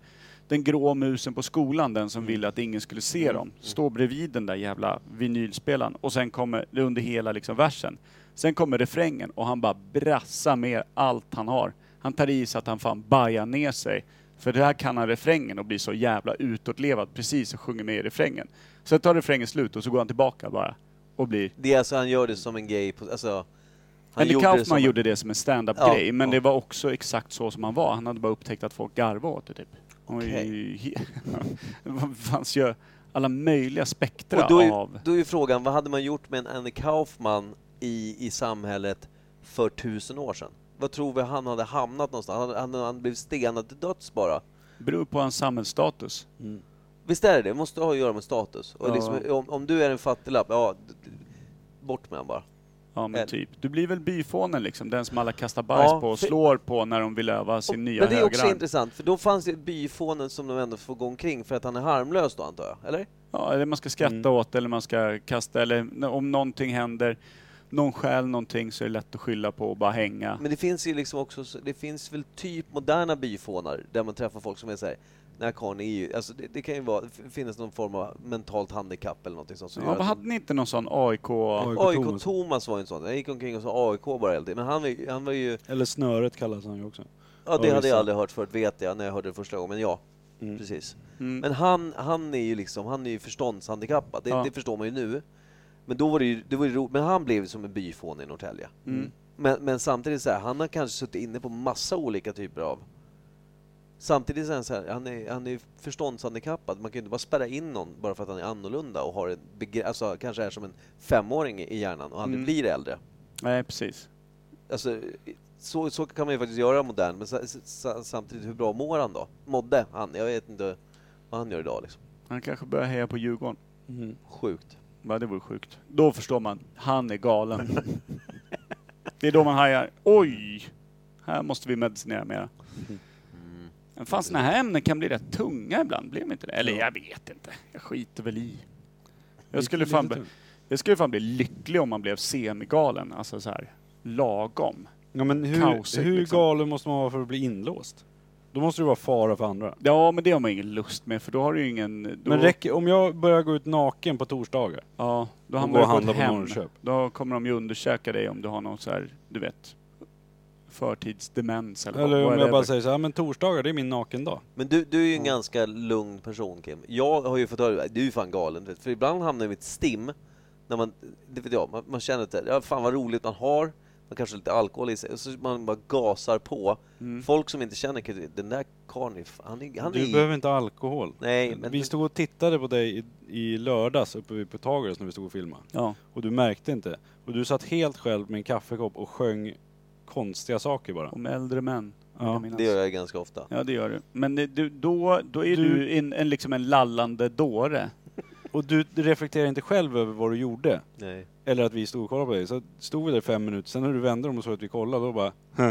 Speaker 1: den grå musen på skolan, den som ville att ingen skulle se dem. Står bredvid den där jävla vinylspelaren och sen kommer, det är under hela liksom versen. Sen kommer refrängen och han bara brassar med allt han har. Han tar i så att han fan bajar ner sig. För det här kan han refrängen och blir så jävla utåtlevad precis och sjunger med i refrängen. Sen tar refrängen slut och så går han tillbaka bara och blir
Speaker 2: Det är alltså, han gör det som en gay, på- alltså... Han
Speaker 1: Andy
Speaker 2: gjorde det som
Speaker 1: Kaufman
Speaker 2: en-
Speaker 1: gjorde det som en stand-up
Speaker 2: Ja,
Speaker 1: grej, men
Speaker 2: ja.
Speaker 1: det var också exakt så som han var. Han hade bara upptäckt att folk garvade åt det typ. Han var ju- <laughs> det fanns ju alla möjliga spektra
Speaker 2: Och då
Speaker 1: av...
Speaker 2: är, då är ju frågan, vad hade man gjort med en Andy Kaufman i, i samhället för tusen år sedan? Vad tror vi han hade hamnat någonstans? Han hade, han hade blivit stenad till döds bara.
Speaker 1: beror på hans samhällsstatus.
Speaker 2: Visst är det det? Det måste ha att göra med status. Och
Speaker 1: Ja.
Speaker 2: liksom, om, om du är en fattiglapp, ja, d- d- bort med han bara.
Speaker 1: Ja men
Speaker 2: Eller-
Speaker 1: typ. Du blir väl byfånen liksom, den som alla kastar bajs
Speaker 2: Ja,
Speaker 1: på och
Speaker 2: för-
Speaker 1: slår på när de vill öva
Speaker 2: Och-
Speaker 1: sin nya
Speaker 2: Men det är också
Speaker 1: högerarm.
Speaker 2: intressant, för då fanns det byfånen som de ändå får gå omkring för att han är harmlös då antar jag, eller?
Speaker 1: Ja, eller man ska skratta
Speaker 2: Mm.
Speaker 1: åt eller man ska kasta eller n- om någonting händer, någon stjäl någonting så är det lätt att skylla på och bara hänga.
Speaker 2: Men det finns ju liksom också, det finns väl typ moderna byfånar där man träffar folk som är såhär, den här karln är ju, alltså det, det kan ju vara, f- finnas någon form av mentalt handikapp eller någonting sånt. som
Speaker 1: Ja,
Speaker 2: gör
Speaker 1: vad
Speaker 2: att-
Speaker 1: hade ni inte någon sån AIK...
Speaker 3: AIK
Speaker 2: AIK
Speaker 3: Thomas.
Speaker 2: Thomas var ju en sån, jag gick omkring och sa AIK bara hela tiden, men han, var ju- han var ju,
Speaker 3: Eller snöret kallas han ju också.
Speaker 2: ja det
Speaker 3: Ja,
Speaker 2: hade
Speaker 3: visst.
Speaker 2: jag aldrig hört förut vet jag när jag hörde det första gången, men ja, precis.
Speaker 1: Mm.
Speaker 2: Men han, han är ju liksom, han är ju förståndshandikappad, det,
Speaker 1: Ja.
Speaker 2: det förstår man ju nu. Men då var det ju, det var ju ro, men han blev ju som en byfån i Norrtälje.
Speaker 1: Mm.
Speaker 2: Men, men samtidigt så här, han har kanske suttit inne på massa olika typer av Samtidigt är han, så här, han, är, han är förståndshandikappad. Man kan ju inte bara spärra in någon bara för att han är annorlunda och har en begre- alltså, kanske är som en femåring i hjärnan och aldrig
Speaker 1: Mm.
Speaker 2: blir äldre.
Speaker 1: Nej, precis.
Speaker 2: Alltså, så, så kan man ju faktiskt göra modern, men sa- sa- samtidigt, hur bra mår han då? Mådde han? Jag vet inte vad han gör idag liksom.
Speaker 1: Han kanske börjar heja på Djurgården.
Speaker 3: Mm.
Speaker 2: Sjukt.
Speaker 1: Ja, det vore sjukt. Då förstår man. Han är galen. det är då man hajar. Oj! Här måste vi medicinera mera. Men fan, såna här ämnen kan bli rätt tunga ibland. Blir de inte det? Eller jag vet inte. Jag skiter väl i. Jag skulle fan, be- jag skulle fan bli lycklig om man blev semigalen. Alltså så här lagom.
Speaker 3: Ja, men hur,
Speaker 1: kaosigt,
Speaker 3: hur
Speaker 1: liksom.
Speaker 3: galen måste man vara för att bli inlåst? Då måste det vara fara för andra.
Speaker 1: Ja, men det har man ingen lust med för då har du ju ingen... Då,
Speaker 3: Men räcker, om jag börjar gå ut naken på torsdagar,
Speaker 1: Ja, då
Speaker 3: Och
Speaker 1: hamnar du
Speaker 3: gå och
Speaker 1: på
Speaker 3: handla
Speaker 1: ett
Speaker 3: på
Speaker 1: hem.
Speaker 3: Norrköp.
Speaker 1: Då kommer de ju undersöka dig om du har någon så här, du vet, förtidsdemens eller, vad-
Speaker 3: eller om
Speaker 1: whatever.
Speaker 3: jag bara säger så här, men torsdagar det är min nakendag.
Speaker 2: Men du, du är ju
Speaker 3: Mm.
Speaker 2: en ganska lugn person Kim. Jag har ju fått höra, du är ju fan galen, du vet, för ibland hamnar jag i mitt stim när man, det vet jag, man, man känner att ja, fan vad roligt man har, man kanske har lite alkohol i sig, och så man bara gasar på. Folk som inte känner, "Gud, den där karln, är f- han är, han
Speaker 3: Mm. Du
Speaker 2: är
Speaker 3: behöver inte ha alkohol.
Speaker 2: Nej, men-
Speaker 3: Vi stod och tittade på dig i, i lördags uppe vid Pythagoras när vi stod och filmade.
Speaker 1: Ja.
Speaker 3: Och du märkte inte. Och du satt helt själv med en kaffekopp och sjöng konstiga saker bara.
Speaker 1: Om äldre män. vill
Speaker 3: Ja.
Speaker 1: jag minnas.
Speaker 2: det gör jag ganska ofta.
Speaker 1: Ja, det gör du. Men det, du, då, då är du,
Speaker 3: Du-
Speaker 1: en, en, liksom en lallande dåre.
Speaker 3: Och du reflekterar inte själv över vad du gjorde.
Speaker 2: Nej.
Speaker 3: Eller att vi stod och kollade på dig. Så stod vi där i fem minuter, sen när du vände dem och såg att vi kollade, då bara "Huh."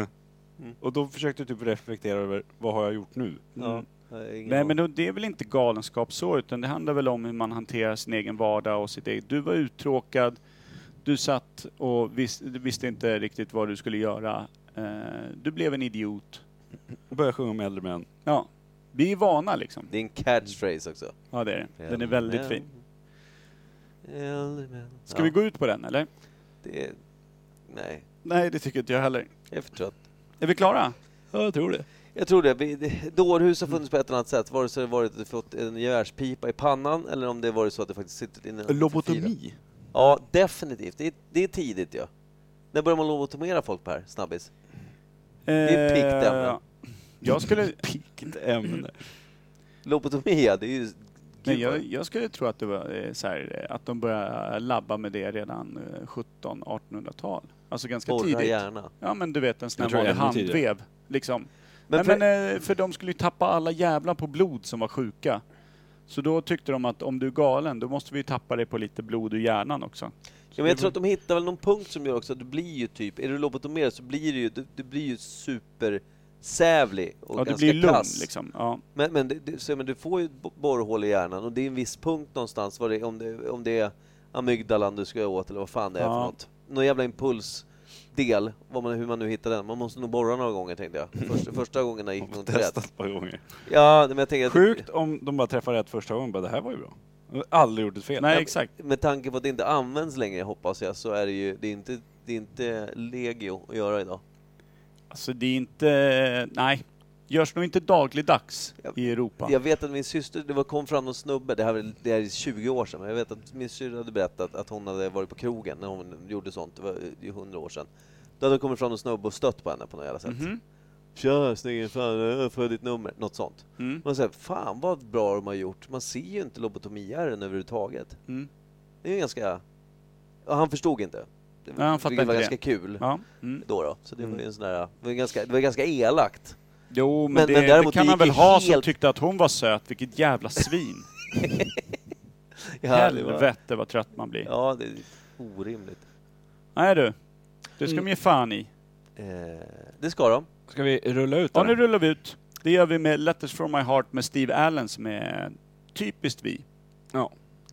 Speaker 2: Mm.
Speaker 3: Och då försökte du typ reflektera över, vad har jag gjort nu? Mm.
Speaker 2: Ja, jag har ingen
Speaker 1: Nej,
Speaker 2: aning.
Speaker 1: men då- det är väl inte galenskap så, utan det handlar väl om hur man hanterar sin egen vardag och sitt eget. Du var uttråkad, du satt och vis, visste inte riktigt vad du skulle göra. Eh, du blev en idiot.
Speaker 3: Och började sjunga om äldre män.
Speaker 1: Ja, vi är vana liksom.
Speaker 2: Det är en catchphrase också.
Speaker 1: Ja, det är det. Den är väldigt fin.
Speaker 2: Äldre män.
Speaker 1: Ska vi gå ut på den eller?
Speaker 2: Det är... Nej,
Speaker 1: Nej, det tycker inte jag heller.
Speaker 2: jag är för trött.
Speaker 1: Är vi klara?
Speaker 3: Ja, jag tror det.
Speaker 2: Jag tror det. Vi- det- Dårhus har funnits på ett eller annat sätt. Vare sig det varit att du fått en gevärspipa i pannan eller om det varit så att det faktiskt sitter inne...
Speaker 1: Eh,
Speaker 2: Ja, definitivt. Det är, det är tidigt ja. När börjar man lobotomera folk Per, snabbis? är ett pikt ämne.
Speaker 1: Eh, Jag skulle,
Speaker 3: Vilket ämne.
Speaker 2: Lobotomia, det är ju...
Speaker 1: nej,
Speaker 2: Gud,
Speaker 1: jag, jag skulle tro att det var eh, så här, eh, att de började labba med det redan 17-1800-tal. Alltså ganska
Speaker 2: vad- borra
Speaker 1: tidigt.
Speaker 2: hjärna.
Speaker 1: Ja men du vet en sån här
Speaker 3: Jag tror
Speaker 1: vanlig
Speaker 3: ännu tidigare.
Speaker 1: handvev. Liksom.
Speaker 2: Men,
Speaker 1: Nej,
Speaker 2: men,
Speaker 1: men, eh, för de skulle ju tappa alla jävla på blod som var sjuka. Så då tyckte de att om du är galen, då måste vi ju tappa det på lite blod ur hjärnan också.
Speaker 2: ja, men jag tror att de
Speaker 1: Mm.
Speaker 2: hittar väl någon punkt som gör också att du blir ju typ... Är du lobotomerad så blir du ju, du, du blir ju supersävlig och
Speaker 1: Ja, det
Speaker 2: ganska
Speaker 1: blir lugn
Speaker 2: kass.
Speaker 1: liksom. Ja.
Speaker 2: Men, men, det- det, så, men du får ju ett bo- borrhål i hjärnan och det är en viss punkt någonstans, vad det, om, det, om det är amygdalan du ska åt eller vad fan det är för
Speaker 1: Ja.
Speaker 2: något. Någon jävla impulsdel, vad man, hur man nu hittar den. Man måste nog borra några gånger tänkte jag. Första, första gången gick nog inte rätt.
Speaker 3: Testat ett par gånger.
Speaker 2: Ja, men jag tänker att,
Speaker 3: Sjukt om de bara träffar rätt första gången. Bara, det här var ju bra. De har aldrig gjort ett fel.
Speaker 1: Nej exakt.
Speaker 2: Med tanke på att det inte används längre hoppas jag, så är det ju det är inte, det är inte legio att göra idag.
Speaker 1: Alltså det är inte, nej. Görs nog inte dagligdags
Speaker 2: Jag-
Speaker 1: i Europa.
Speaker 2: Jag vet att min syster, det var, kom fram någon snubbe, det här, var- det här är 20 år sedan, men jag vet att min syrra hade berättat att hon hade varit på krogen när hon gjorde sånt, det var ju 100 år sedan. Då hade det kommit fram någon snubbe och stött på henne på något jävla sätt.
Speaker 1: Mhm.
Speaker 2: Tja snygging, fan, jag får jag ditt nummer? Något sånt.
Speaker 1: Mm.
Speaker 2: Man säger, fan vad bra de har gjort, man ser ju inte lobotomiären överhuvudtaget.
Speaker 1: Mm.
Speaker 2: Det är ju ganska... Och han förstod inte. Det,
Speaker 1: Nej, han fattar
Speaker 2: vilket var
Speaker 1: inte
Speaker 2: ganska kul.
Speaker 1: Ja. Mm.
Speaker 2: Då då. Så det var ju en sån där, det var ju ganska, det var ganska elakt.
Speaker 1: Jo, men,
Speaker 2: Men-
Speaker 1: det,
Speaker 2: men
Speaker 1: det
Speaker 2: däremot,
Speaker 1: kan
Speaker 2: det
Speaker 1: han väl
Speaker 2: gick
Speaker 1: ha som
Speaker 2: helt-
Speaker 1: tyckte att hon var söt. Vilket jävla svin.
Speaker 2: <laughs> Ja, det var-
Speaker 1: Helvete vad trött man blir.
Speaker 2: Ja, det är orimligt.
Speaker 1: Nej du. Det ska
Speaker 2: Mm.
Speaker 1: de ge fan i.
Speaker 2: Eh, det ska de.
Speaker 3: Ska vi rulla ut
Speaker 1: Ja,
Speaker 3: den?
Speaker 1: nu rullar vi ut. Det gör vi med Letters from my heart med Steve Allen som är typiskt vi.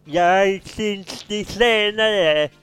Speaker 5: Jag syns ni senare.